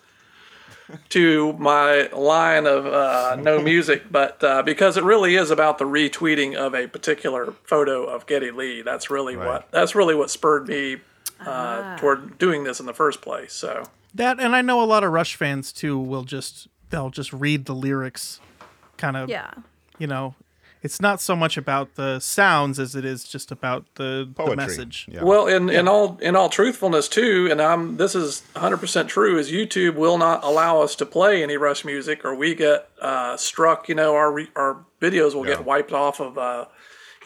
to my line of uh, no music, but uh, because it really is about the retweeting of a particular photo of Getty Lee. That's really what that's really what spurred me uh, toward doing this in the first place. So
That and I know a lot of Rush fans too will just they'll just read the lyrics kind of
Yeah.
you know it's not so much about the sounds as it is just about the, the
Poetry,
message.
Well, in, in all in all truthfulness too, and I'm this is 100% true is YouTube will not allow us to play any Rush music or we get uh, struck, you know, our re- our videos will
Yeah.
get wiped off of uh,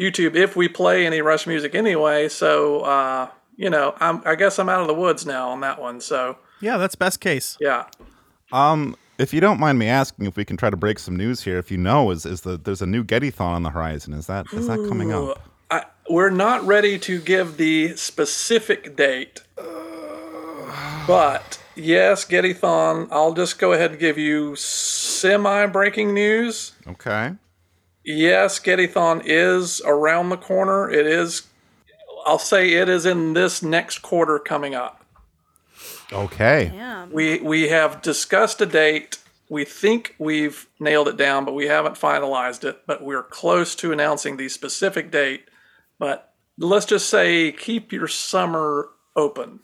YouTube if we play any Rush music anyway. So, uh, you know, I'm I guess I'm out of the woods now on that one. So,
Yeah, that's best case.
yeah.
Um, if you don't mind me asking, if we can try to break some news here, if you know, is is the there's a new Gettython on the horizon? Is that is that coming
Ooh,
up?
I, we're not ready to give the specific date, but yes, Gettython. I'll just go ahead and give you semi-breaking news.
Okay.
Yes, Gettython is around the corner. It is. I'll say it is in this next quarter coming up.
Okay.
We we have discussed a date. We think we've nailed it down, but we haven't finalized it. But we're close to announcing the specific date. But let's just say keep your summer open.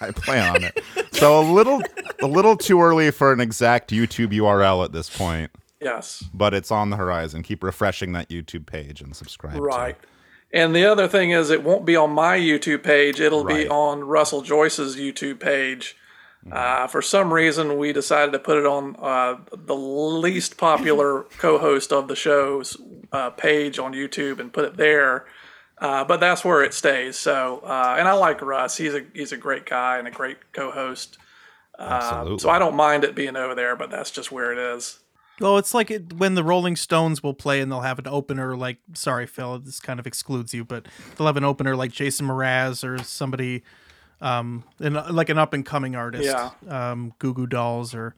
I plan on it. So a little, a little too early for an exact YouTube URL at this point.
Yes.
But it's on the horizon. Keep refreshing that YouTube page and subscribe. to it.
Right. And the other thing is, it won't be on my YouTube page. It'll be on Russell Joyce's YouTube page.
Mm-hmm.
Uh, for some reason, we decided to put it on uh, the least popular co host of the show's uh, page on YouTube and put it there. Uh, but that's where it stays. So, uh, and I like Russ. He's a he's a great guy and a great co-host. Uh,
Absolutely.
so I don't mind it being over there, but that's just where it is.
Well, it's like it, when the Rolling Stones will play and they'll have an opener like, sorry, Phil, this kind of excludes you, but they'll have an opener like Jason Mraz or somebody, um, and uh, like an up and coming artist,
Yeah.
um, Goo Goo Dolls or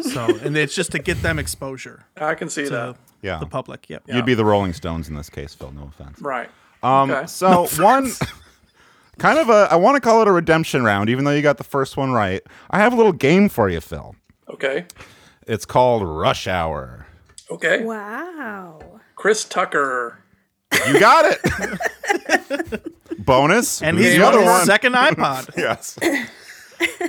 so, and it's just to get them exposure.
I can see that.
Yeah.
the public. Yep,
You'd be the Rolling Stones in this case, Phil. No offense.
Right.
Um,
Okay.
So one, kind of a, I want to call it a redemption round, even though you got the first one right. I have a little game for you, Phil.
Okay.
It's called Rush Hour.
Okay.
Wow.
Chris Tucker.
You got it. Bonus.
And
This
he's
is the
got
other
his
one.
second iPod.
yes.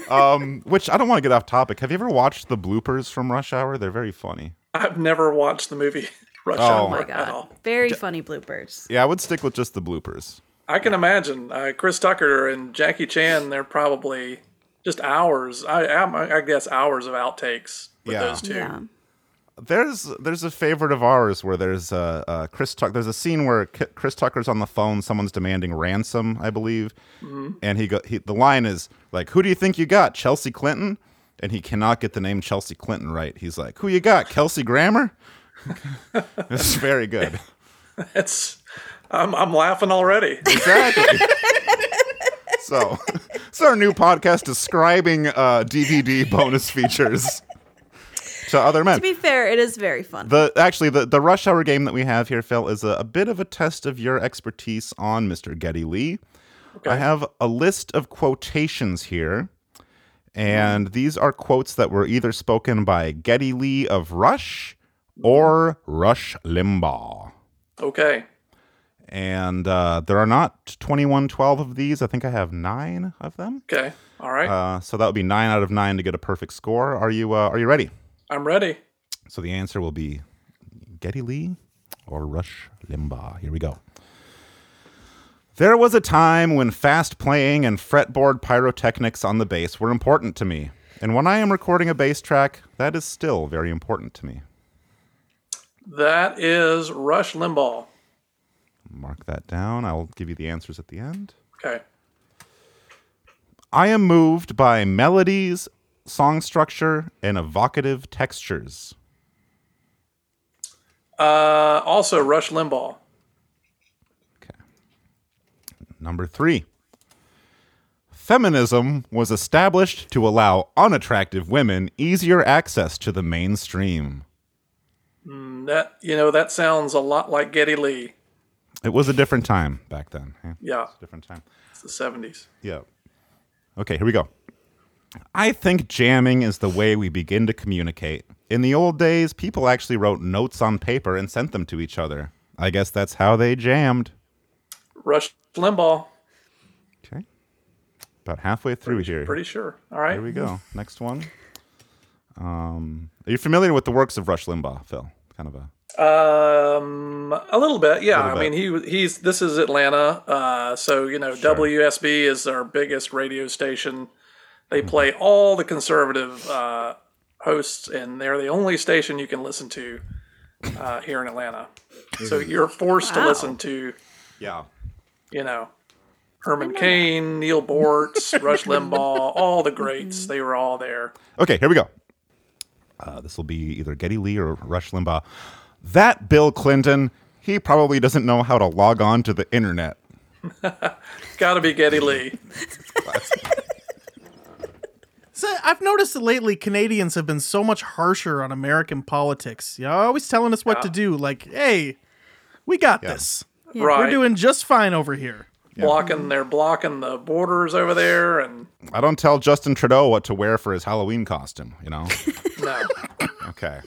Um, which I don't want to get off topic. Have you ever watched the bloopers from Rush Hour? They're very funny.
I've never watched the movie Rush
Oh.
Hour
Oh my
at
God.
all.
Very funny bloopers.
Yeah, I would stick with just the bloopers.
I can imagine uh, Chris Tucker and Jackie Chan. They're probably just hours. I I, I guess hours of outtakes with
Yeah.
those two.
Yeah. There's there's a favorite of ours where there's uh, uh Chris Tucker. There's a scene where K- Chris Tucker's on the phone. Someone's demanding ransom, I believe,
Mhm.
and he go he, the line is like, "Who do you think you got, Chelsea Clinton?" And he cannot get the name Chelsea Clinton right. He's like, "Who you got, Kelsey Grammer?" it's very good.
It's I'm I'm laughing already.
Exactly. So it's our new podcast describing uh, DVD bonus features to other men.
To be fair, it is very fun.
The actually the, the rush hour game that we have here, Phil, is a, a bit of a test of your expertise on Mr. Getty Lee. I have a list of quotations here, and these are quotes that were either spoken by Getty Lee of Rush or Rush Limbaugh.
Okay.
And uh, there are not 21, 12 of these. I think I have nine of them.
Okay. All right.
Uh, so that would be nine out of nine to get a perfect score. Are you uh, Are you ready?
I'm ready.
So the answer will be Getty Lee or Rush Limbaugh. Here we go. There was a time when fast playing and fretboard pyrotechnics on the bass were important to me. And when I am recording a bass track, that is still very important to me.
That is Rush Limbaugh.
Mark that down. I'll give you the answers at the end.
Okay.
I am moved by melodies, song structure, and evocative textures.
Uh, also Rush Limbaugh.
Number three. Feminism was established to allow unattractive women easier access to the mainstream.
Mm, that you know that sounds a lot like Getty Lee.
It was a different time back then. yeah.
Yeah. It's
a different time.
It's the 70s.
Yeah. Okay, here we go. I think jamming is the way we begin to communicate. In the old days, people actually wrote notes on paper and sent them to each other. I guess that's how they jammed.
Rush Limbaugh.
About halfway through here.
Pretty sure. All right.
Here we go. Next one. Um, are you familiar with the works of Rush Limbaugh, Phil? Kind of a
Um, a little bit, yeah.
Little
I
bit.
mean, he he's this is Atlanta, uh, so you know WSB is our biggest radio station. They
Mm-hmm.
play all the conservative uh, hosts, and they're the only station you can listen to uh, here in Atlanta. So you're forced
Wow.
to listen to,
yeah,
you know, Herman Cain, Neil Bortz, Rush Limbaugh, all the greats. They were all there.
Okay, here we go. Uh, this will be either Getty Lee or Rush Limbaugh. That Bill Clinton, he probably doesn't know how to log on to the internet.
It's got to be Getty Lee.
So I've noticed that lately Canadians have been so much harsher on American politics. You're always telling us what
Yeah.
to do. Like, hey, we got this.
Right.
We're doing just fine over here.
blocking they're blocking the borders over there and
I don't tell Justin Trudeau what to wear for his Halloween costume, you know?
no
okay.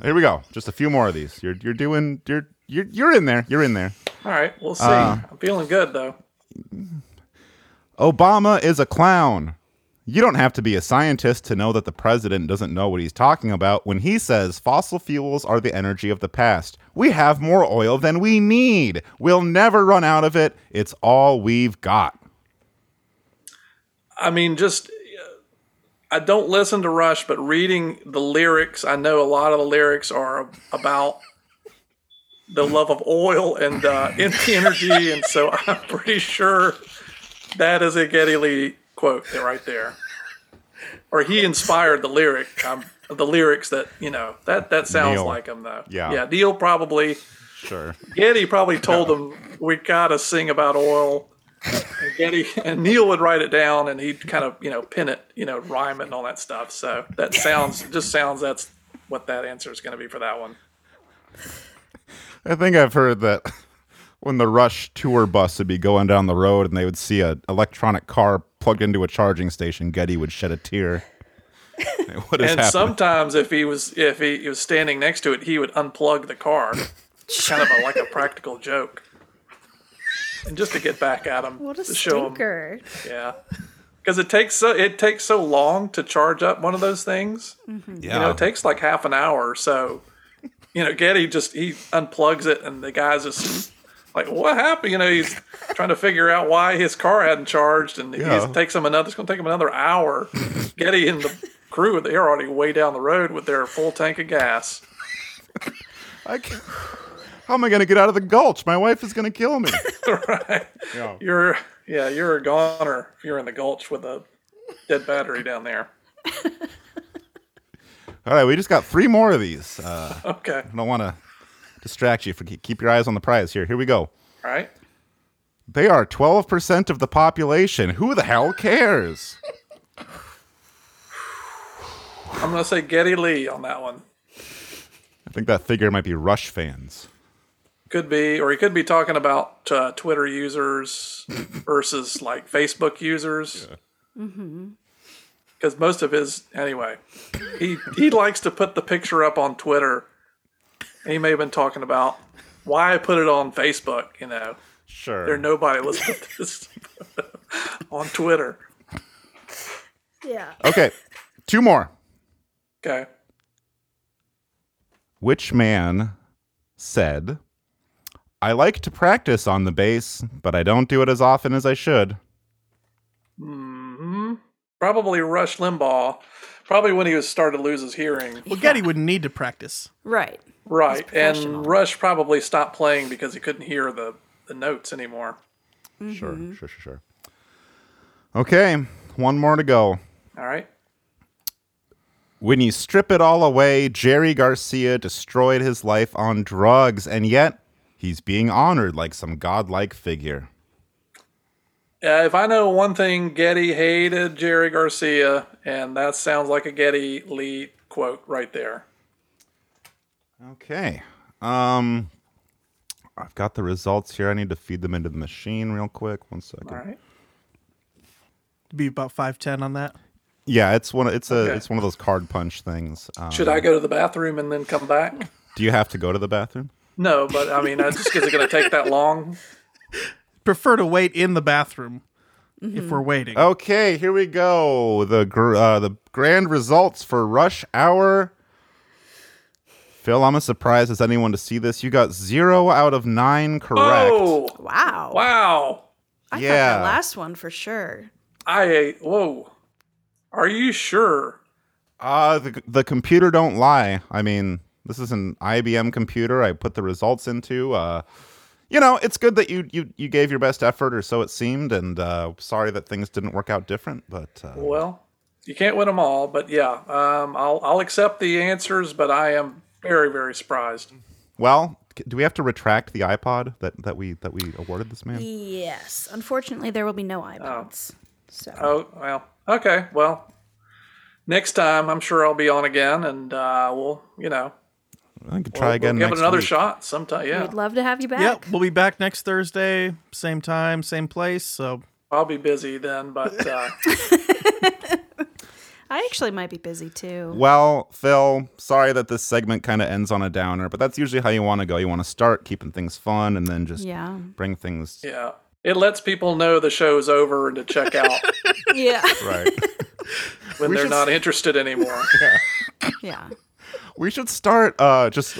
Here we go. Just a few more of these. You're you're doing you're you're you're in there. You're in there.
all right we'll see
Uh.
i'm feeling good though
Obama is a clown. You don't have to be a scientist to know that the president doesn't know what he's talking about when he says fossil fuels are the energy of the past. We have more oil than we need. We'll never run out of it. It's all we've got.
i mean just uh, i don't listen to rush but reading the lyrics i know a lot of the lyrics are about the love of oil and uh en- energy and so i'm pretty sure that is a getty lee quote right there or he inspired the lyric um, the lyrics that you know that that sounds
Neil.
like him though
Yeah.
yeah neil probably
Sure.
Getty probably told them we gotta sing about oil. And Getty and Neil would write it down, and he'd kind of you know pin it, you know, rhyme it and all that stuff. So that sounds just sounds that's what that answer is going to be for that one.
I think I've heard that when the rush tour bus would be going down the road and they would see an electronic car plugged into a charging station, Getty would shed a tear. what
and
is happening?
sometimes if he was if he, he was standing next to it, he would unplug the car, kind of a, like a practical joke, and just to get back at him,
What a
to show him
stinker.
Yeah. Because it takes so it takes so long to charge up one of those things. You know,
Mm-hmm. Yeah.
it takes like half an hour or so. You know, Getty just he unplugs it and the guy's just like, What happened? You know, he's trying to figure out why his car hadn't charged and
Yeah.
it takes him another it's gonna take him another hour. Getty and the crew they're already way down the road with their full tank of gas.
I can't- How am I going to get out of the gulch? My wife is going to kill me.
right.
Yeah.
You're yeah, you're a goner if you're in the gulch with a dead battery down there.
All right, we just got three more of these. Uh,
Okay.
I don't want to distract you. For, keep your eyes on the prize here. Here we go.
All right.
They are 12% of the population. Who the hell cares?
I'm gonna say Getty Lee on that one.
I think that figure might be Rush fans.
Could be, or he could be talking about uh, Twitter users versus like Facebook users,
Mm-hmm.
because most of his anyway, he he likes to put the picture up on Twitter. He may have been talking about why I put it on Facebook. You know,
sure,
there nobody listening to this on Twitter.
Yeah.
Okay, two more.
Okay,
Which man said, I like to practice on the bass, but I don't do it as often as I should?
hmm probably Rush Limbaugh. Probably when he was started to lose his hearing.
Well, Getty would need to practice.
Right.
Right, and Rush probably stopped playing because he couldn't hear the, the notes anymore.
Sure, sure, sure, sure. Okay, one more to go.
All right.
When you strip it all away, Jerry Garcia destroyed his life on drugs, and yet he's being honored like some godlike figure.
Uh, if I know one thing, Getty hated Jerry Garcia, and that sounds like a Getty Lee quote right there.
Okay. Um I've got the results here. I need to feed them into the machine real quick. One second.
All right.
Be about five ten on that.
Yeah, it's one it's a
Okay.
it's one of those card punch things. Um,
Should I go to the bathroom and then come back?
Do you have to go to the bathroom?
No, but I mean, that's just because it's going to take that long.
Prefer to wait in the bathroom if
Mhm.
we're waiting.
Mm-hmm. Okay, here we go. The gr- uh, the grand results for rush hour. Phil, I'm as surprised as anyone to see this. You got zero out of nine correct.
Oh,
Wow.
wow.
I thought
Yeah.
that last one for sure.
I ate. Whoa. Are you sure?
Uh the, the computer don't lie. I mean, this is an IBM computer. I put the results into. Uh, you know, it's good that you you you gave your best effort, or so it seemed. And uh, sorry that things didn't work out different, but uh,
Well, you can't win them all, but yeah, um, I'll, I'll accept the answers, but I am very, very surprised.
well, c- do we have to retract the iPod that that we that we awarded this man?
Yes. Unfortunately, there will be no iPods. So.
Oh, well. Okay. Well, next time I'm sure I'll be on again and uh, we'll, you know,
I could
We'll-
try again
We'll give
next
it another
week.
shot sometime. Yeah.
We'd love to have you
Oh.
back.
Yep, we'll be back next Thursday, same time, same place. So
I'll be busy then, but uh,
I actually might be busy too.
Well, Phil, sorry that this segment kind of ends on a downer, but that's usually how you want to go. You want to start keeping things fun and then just
Yeah.
bring things
yeah, it lets people know the show's over and to check out
yeah.
right.
when
We
they're
should
not interested anymore.
Yeah.
We should start uh, just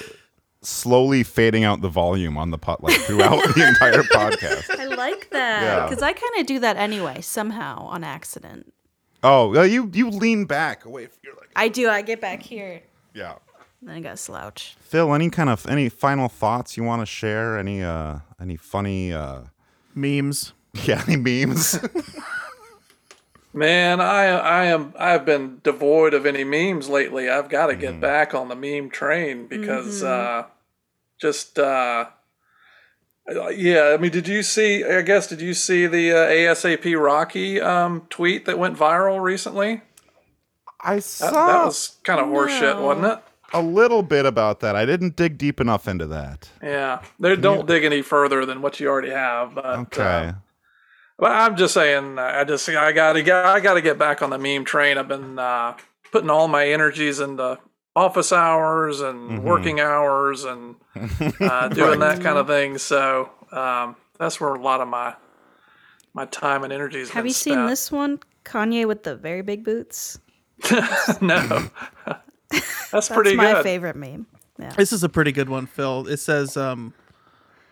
slowly fading out the volume on the pot like throughout the entire podcast.
I like
Yeah.
that because I kind of do that anyway, somehow on accident.
Oh, well, you you lean back away. From your,
I do. I get back here.
yeah.
Then I got to slouch.
Phil, any kind of any final thoughts you want to share? Any uh any funny uh
memes?
Yeah, any memes?
Man, I I am I've been devoid of any memes lately. I've got to get back on the meme train because
Mhm.
uh, just uh, yeah. I mean, did you see? I guess did you see the uh, ASAP Rocky um, tweet that went viral recently?
I
That,
saw
that was kind of horseshit, wasn't it?
a little bit about that. I didn't dig deep enough into that.
Yeah, they don't dig any further than what you already have. But
Okay.
uh, Well, I'm just saying. uh, I just I gotta get I gotta get back on the meme train. I've been uh, putting all my energies into office hours and
Mm-hmm.
Mhm.
working hours and uh, doing that kind of thing. So um, that's where a lot of my my time and energy is.
Have you seen this one? Kanye with the very big boots.
no, that's
pretty
my
good.
favorite meme. Yeah.
This is a pretty good one, Phil. It says, um,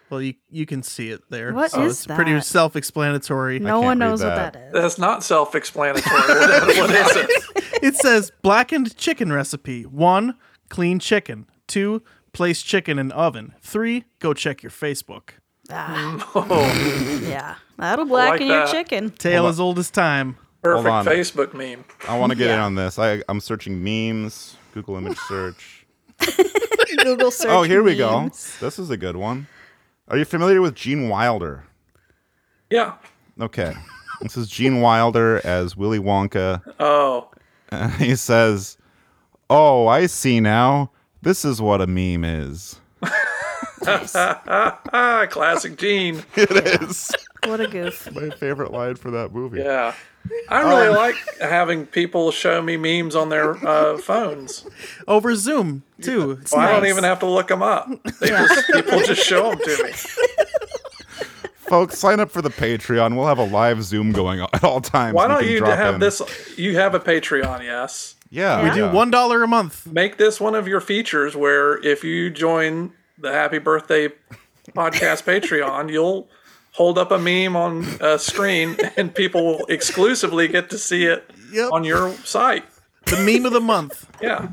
well, you you can see it there.
What
so
is
it's pretty
that?
self-explanatory.
No one knows what that
is. That's not self-explanatory. what, what is it?
it says blackened chicken recipe. One, clean chicken. Two, place chicken in oven. Three, go check your Facebook.
Ah.
Oh.
yeah. That'll
like
blacken your
that.
chicken.
Tale
Hold
as old as time.
Hold
Perfect
on.
Facebook meme.
I want to get in on this. I I'm searching memes, Google image search.
Google search.
oh, here we go.
memes.
This is a good one. Are you familiar with Gene Wilder?
Yeah.
Okay. this is Gene Wilder as Willy Wonka.
Oh.
And he says, "Oh, I see now. This is what a meme is."
Ah, Classic Gene.
It is
What a goof.
my favorite line for that movie.
Yeah. I really
Um,
like having people show me memes on their uh, phones.
Over Zoom
Oh,
too. It's
Well, I don't
nice.
even have to look them up. They just, people just show them to me.
Folks, sign up for the Patreon. We'll have a live Zoom going on at all times.
Why
and
don't
can
you
drop
have
in.
this? You have a Patreon, yes?
Yeah.
We do
yeah.
one dollar a month.
Make this one of your features where if you join the Happy Birthday Podcast Patreon, you'll hold up a meme on a screen and people will exclusively get to see it on your site.
The meme of the month.
Yeah.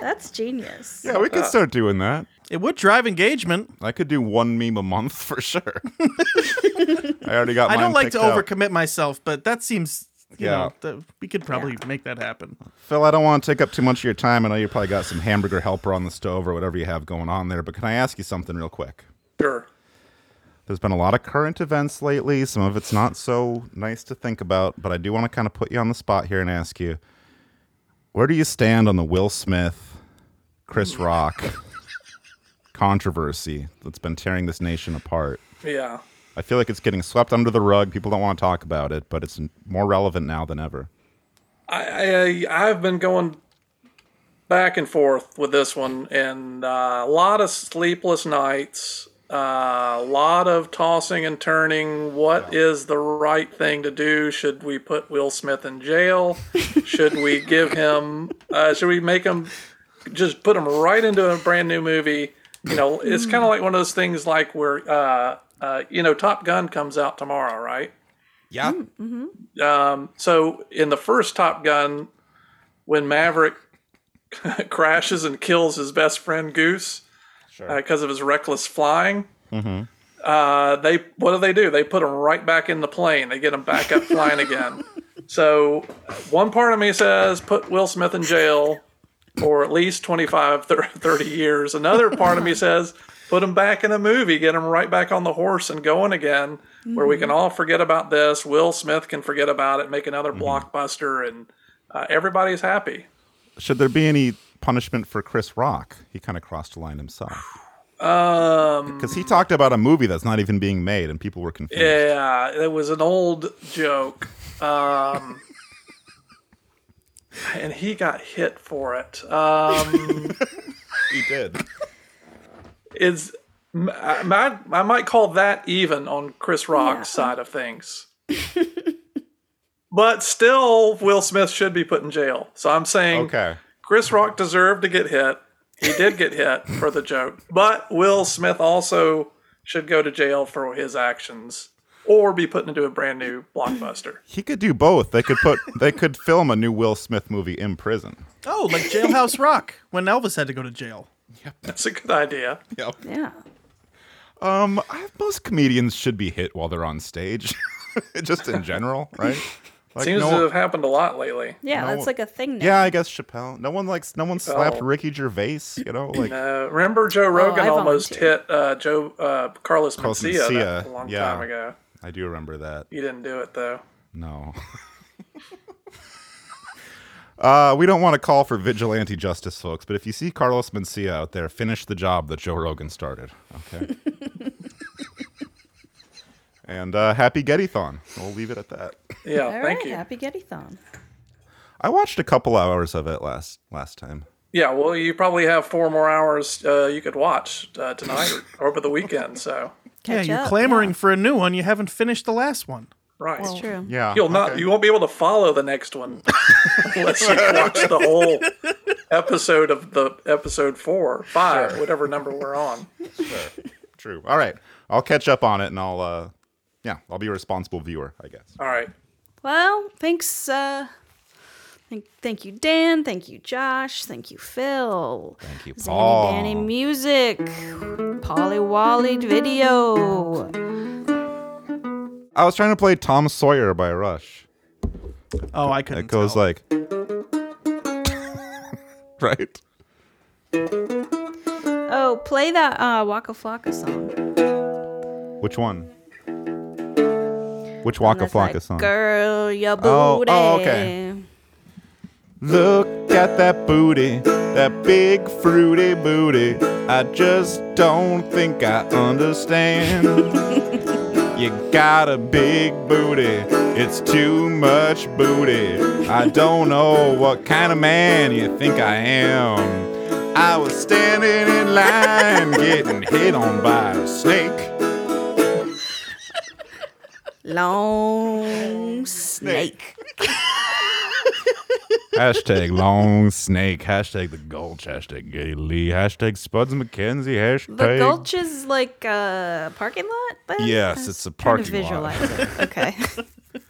That's genius.
Yeah, we
Uh,
could start doing that.
It would drive engagement.
I could do one meme a month for sure. I already got.
I
mine
don't like to
picked out.
overcommit myself, but that seems you
Yeah.
know that we could probably make that happen.
Phil, I don't want to take up too much of your time. I know you probably got some hamburger helper on the stove or whatever you have going on there, but can I ask you something real quick?
Sure.
There's been a lot of current events lately. Some of it's not so nice to think about, but I do want to kind of put you on the spot here and ask you where do you stand on the Will Smith, Chris Rock controversy that's been tearing this nation apart?
Yeah.
I feel like it's getting swept under the rug. People don't want to talk about it, but it's more relevant now than ever.
I, I I've been going back and forth with this one, and uh, a lot of sleepless nights, uh, a lot of tossing and turning. What is the right thing to do? Should we put Will Smith in jail? should we give him? Uh, should we make him just put him right into a brand new movie? You know, it's kind of like one of those things like where uh, uh, you know Top Gun comes out tomorrow, right?
Yeah.
Um, so in the first Top Gun, when Maverick crashes and kills his best friend Goose because of his reckless flying,
Mm-hmm.
uh, they what do they do? They put him right back in the plane. They get him back up flying again. So one part of me says put Will Smith in jail for at least 25, thir- 30 years. Another part of me says put him back in a movie, get him right back on the horse and going again, where we can all forget about this. Will Smith can forget about it, make another blockbuster, and uh, everybody's happy.
Should there be any punishment for Chris Rock. He kind of crossed a line himself
Um,
because he talked about a movie that's not even being made, and people were confused.
Yeah, it was an old joke. Um, and he got hit for it. Um,
he did.
Is I, my- I might call that even on Chris Rock's side of things. but still, Will Smith should be put in jail. So I'm saying
Okay.
Chris Rock deserved to get hit. He did get hit for the joke, but Will Smith also should go to jail for his actions or be put into a brand new blockbuster.
He could do both. They could put they could film a new Will Smith movie in prison.
Oh, like Jailhouse Rock when Elvis had to go to jail.
That's a good idea.
Yep.
Yeah.
Um, I, most comedians should be hit while they're on stage, just in general, right?
Seems
no-
to have happened a lot lately.
Yeah,
No
that's
one-
like a thing now.
Yeah, I guess Chappelle. No one likes. No one slapped
Chappelle.
Ricky Gervais. You know, like
no, Uh, remember Joe Rogan
I
almost hit uh, Joe uh, Carlos
Carlos
Mencia, that-
Mencia,
a long
yeah.
time ago.
I do remember that.
You didn't do it though.
No. uh, we don't want to call for vigilante justice, folks. But if you see Carlos Mencia out there, finish the job that Joe Rogan started. Okay. and uh, happy Gettython. We'll leave it at that.
Yeah,
All
thank
right,
you.
Happy Gettython.
I watched a couple hours of it last last time.
Yeah, well, you probably have four more hours uh, you could watch uh, tonight or over the weekend. So
yeah,
Catch
you're
up,
clamoring for a new one. You haven't finished the last one.
right,
That's true.
Yeah,
you'll not you won't be able to follow the next one unless you watch the whole episode of the episode four, five, whatever number we're on.
True. All right. I'll catch up on it and I'll uh yeah, I'll be a responsible viewer, I guess.
All right.
Well, thanks. Uh, thank, thank you, Dan. Thank you, Josh. Thank you, Phil. Thank
you,
Zanny Danny Music. Polly Wally Video.
I was trying to play Tom Sawyer by Rush.
Oh, I couldn't.
It goes like Right?
Oh, play that uh, Waka Flocka song.
Which one? Which Waka
That's like,
Flocka song?
Girl, your booty.
Oh, oh, okay. Look at that booty, that big fruity booty. I just don't think I understand. you got a big booty, it's too much booty. I don't know what kind of man you think I am. I was standing in line getting hit on by a snake.
Long snake.
hashtag long snake. Hashtag the gulch. Hashtag Gay Lee. Hashtag Spuds McKenzie. Hashtag.
The Gulch is like a parking lot? but-
Yes, it's a
Trying
parking lot.
to visualize it. Okay.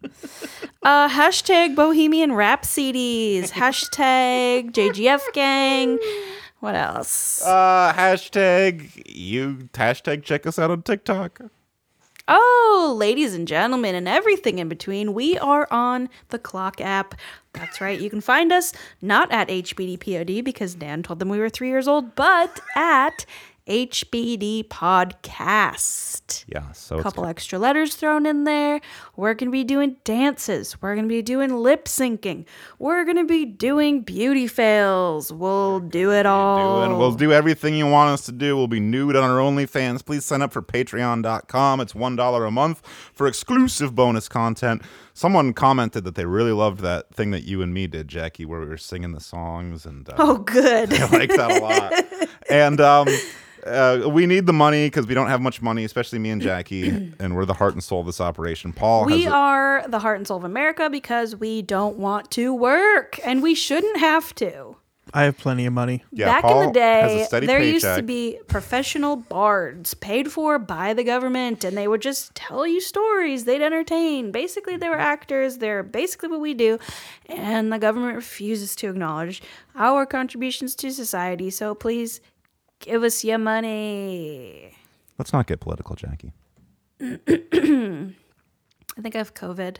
uh, hashtag Bohemian Rap CDs. Hashtag JGF Gang. What else?
Uh, hashtag you. Hashtag check us out on TikTok.
Oh, ladies and gentlemen, and everything in between, we are on the Clock app. That's right. You can find us not at HBDPOD because Dan told them we were three years old, but at HBD Podcast.
Yeah, so
a
it's
couple extra letters thrown in there. We're going to be doing dances. We're going to be doing lip syncing. We're going to be doing beauty fails. We'll do it all.
And we'll do everything you want us to do. We'll be nude on our OnlyFans. Please sign up for patreon.com. It's $1 a month for exclusive bonus content. Someone commented that they really loved that thing that you and me did, Jackie, where we were singing the songs and uh,
Oh, good.
I like that a lot. And um, uh, we need the money because we don't have much money, especially me and Jackie, and we're the heart and soul of this operation. Paul
We
has
are the heart and soul of America because we don't want to work and we shouldn't have to.
I have plenty of money.
Yeah,
Back in the
Paul has a
day,
steady
there used to
paycheck.
be professional bards paid for by the government and they would just tell you stories. They'd entertain. Basically, they were
Mm-hmm.
actors. They're basically what we do. And the government refuses to acknowledge our contributions to society. So please give us your money.
let's not get political, Jackie.
I think I have COVID.